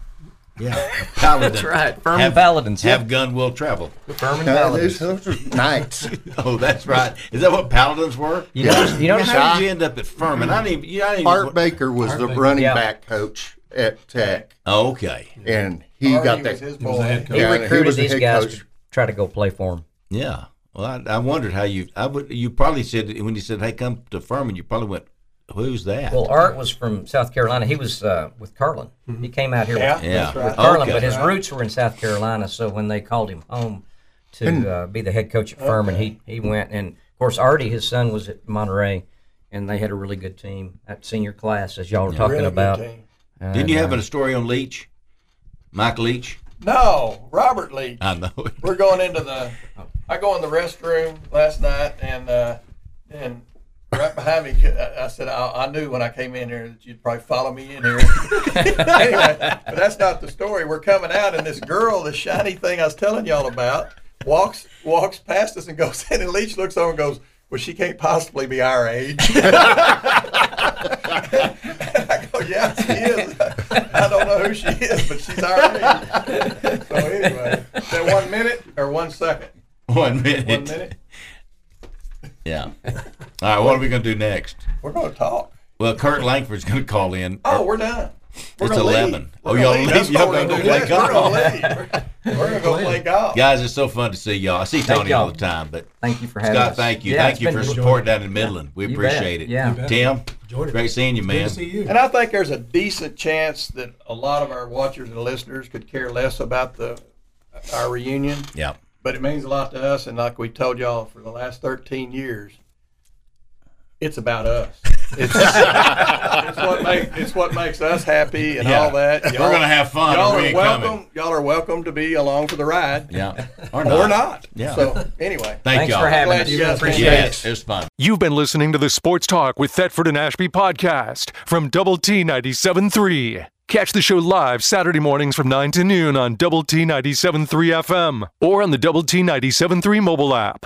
Speaker 3: yeah, paladin.
Speaker 11: That's right. Firm
Speaker 3: have,
Speaker 11: paladins.
Speaker 3: Have
Speaker 11: yeah.
Speaker 3: gun will travel.
Speaker 11: firm and
Speaker 10: Uh,
Speaker 11: paladins.
Speaker 10: those, those are knights.
Speaker 3: (laughs) Oh, that's right. Is that what paladins were?
Speaker 11: You know, you know,
Speaker 3: How did you end up at Furman? I didn't. even- I didn't
Speaker 10: Art
Speaker 3: even-
Speaker 10: Baker was the running
Speaker 11: Yeah.
Speaker 10: back coach at Tech,
Speaker 3: Okay.
Speaker 10: and he
Speaker 5: Artie
Speaker 10: got
Speaker 5: was
Speaker 10: that.
Speaker 5: his
Speaker 4: He was the
Speaker 5: boy.
Speaker 4: head coach.
Speaker 10: yeah, and
Speaker 11: he
Speaker 10: was
Speaker 11: recruited
Speaker 10: the
Speaker 11: these
Speaker 10: head
Speaker 11: guys
Speaker 10: coach.
Speaker 11: to try to go play for him.
Speaker 3: Yeah. Well, I, I wondered how you. I would. You probably said when you said, "Hey, come to Furman," you probably went, "Who's that?"
Speaker 11: Well, Art was from South Carolina. He was uh, with Carlin. He came out here
Speaker 5: Mm-hmm. Yeah,
Speaker 11: with,
Speaker 3: yeah.
Speaker 5: that's right.
Speaker 11: with Carlin,
Speaker 3: Okay.
Speaker 11: but his roots were in South Carolina. So when they called him home
Speaker 10: And-
Speaker 11: to uh, be the head coach at Furman, he he went. And of course, Artie, his son, was at Monterey, and they had a really good team at senior class, as y'all were talking
Speaker 5: Really good
Speaker 11: about. uh,
Speaker 5: team.
Speaker 3: Didn't you have a story on Leach? Mike Leach?
Speaker 5: No, Robert Lee.
Speaker 3: I know it. (laughs)
Speaker 5: We're going into the. I go in the restroom last night, and uh, and right behind me. 'cause I, I said I, I knew when I came in here that you'd probably follow me in here. anyway, but that's not the story. We're coming out, and this girl, this shiny thing I was telling y'all about, walks walks past us and goes in, and Leach looks over and goes, "Well, she can't possibly be our age." (laughs) I go, "Yeah, she is. I don't know who she is, but she's our age." so anyway, is that one minute or one second?
Speaker 3: One minute.
Speaker 5: One minute.
Speaker 3: Yeah. All right, what are we going to do next?
Speaker 5: We're going to talk.
Speaker 3: Well, Kurt Langford's going to call in.
Speaker 5: Oh, we're done. We're
Speaker 3: it's
Speaker 5: gonna leave.
Speaker 3: 11. Oh,
Speaker 5: We're
Speaker 3: y'all
Speaker 5: gonna
Speaker 3: leave?
Speaker 5: That's
Speaker 3: Y'all going
Speaker 5: what
Speaker 3: to
Speaker 5: we're
Speaker 3: go play golf?
Speaker 5: gonna do. We're gonna leave. We're gonna go play golf.
Speaker 3: Guys, it's so fun to see y'all. I see Tony all the time, but
Speaker 11: Thank you for having
Speaker 3: Scott,
Speaker 11: us.
Speaker 3: thank you.
Speaker 11: Yeah,
Speaker 3: thank
Speaker 11: it's
Speaker 3: you
Speaker 11: been
Speaker 3: for
Speaker 11: good.
Speaker 3: support down in Midland. We
Speaker 11: You bet.
Speaker 3: appreciate it.
Speaker 11: Yeah. You
Speaker 7: bet.
Speaker 3: Tim,
Speaker 7: Enjoyed it.
Speaker 3: great seeing you, man.
Speaker 7: Good to see you.
Speaker 5: And I think there's a decent chance that a lot of our watchers and listeners could care less about the our reunion,
Speaker 3: Yeah.
Speaker 5: but it means a lot to us. And like we told y'all for the last 13 years, it's
Speaker 3: (laughs)
Speaker 5: about us. It's, it's what makes it's what makes us happy and
Speaker 3: Yeah.
Speaker 5: all that.
Speaker 3: We're gonna have fun,
Speaker 5: Y'all
Speaker 3: or we
Speaker 5: are
Speaker 3: ain't
Speaker 5: welcome.
Speaker 3: coming.
Speaker 5: Y'all are welcome to be along for the ride. (laughs)
Speaker 3: Yeah.
Speaker 5: Or not.
Speaker 3: Yeah.
Speaker 5: So anyway.
Speaker 3: Thank
Speaker 11: Thanks
Speaker 3: y'all.
Speaker 11: for having
Speaker 5: Glad
Speaker 11: us.
Speaker 5: you guys came.
Speaker 11: Appreciate
Speaker 3: Yeah,
Speaker 11: it.
Speaker 3: it was fun.
Speaker 1: You've been listening to the Sports Talk with Thetford and Ashby podcast from Double T 97.3. Catch the show live Saturday mornings from 9 to noon on Double T 97.3 FM or on the Double T 97.3 mobile app.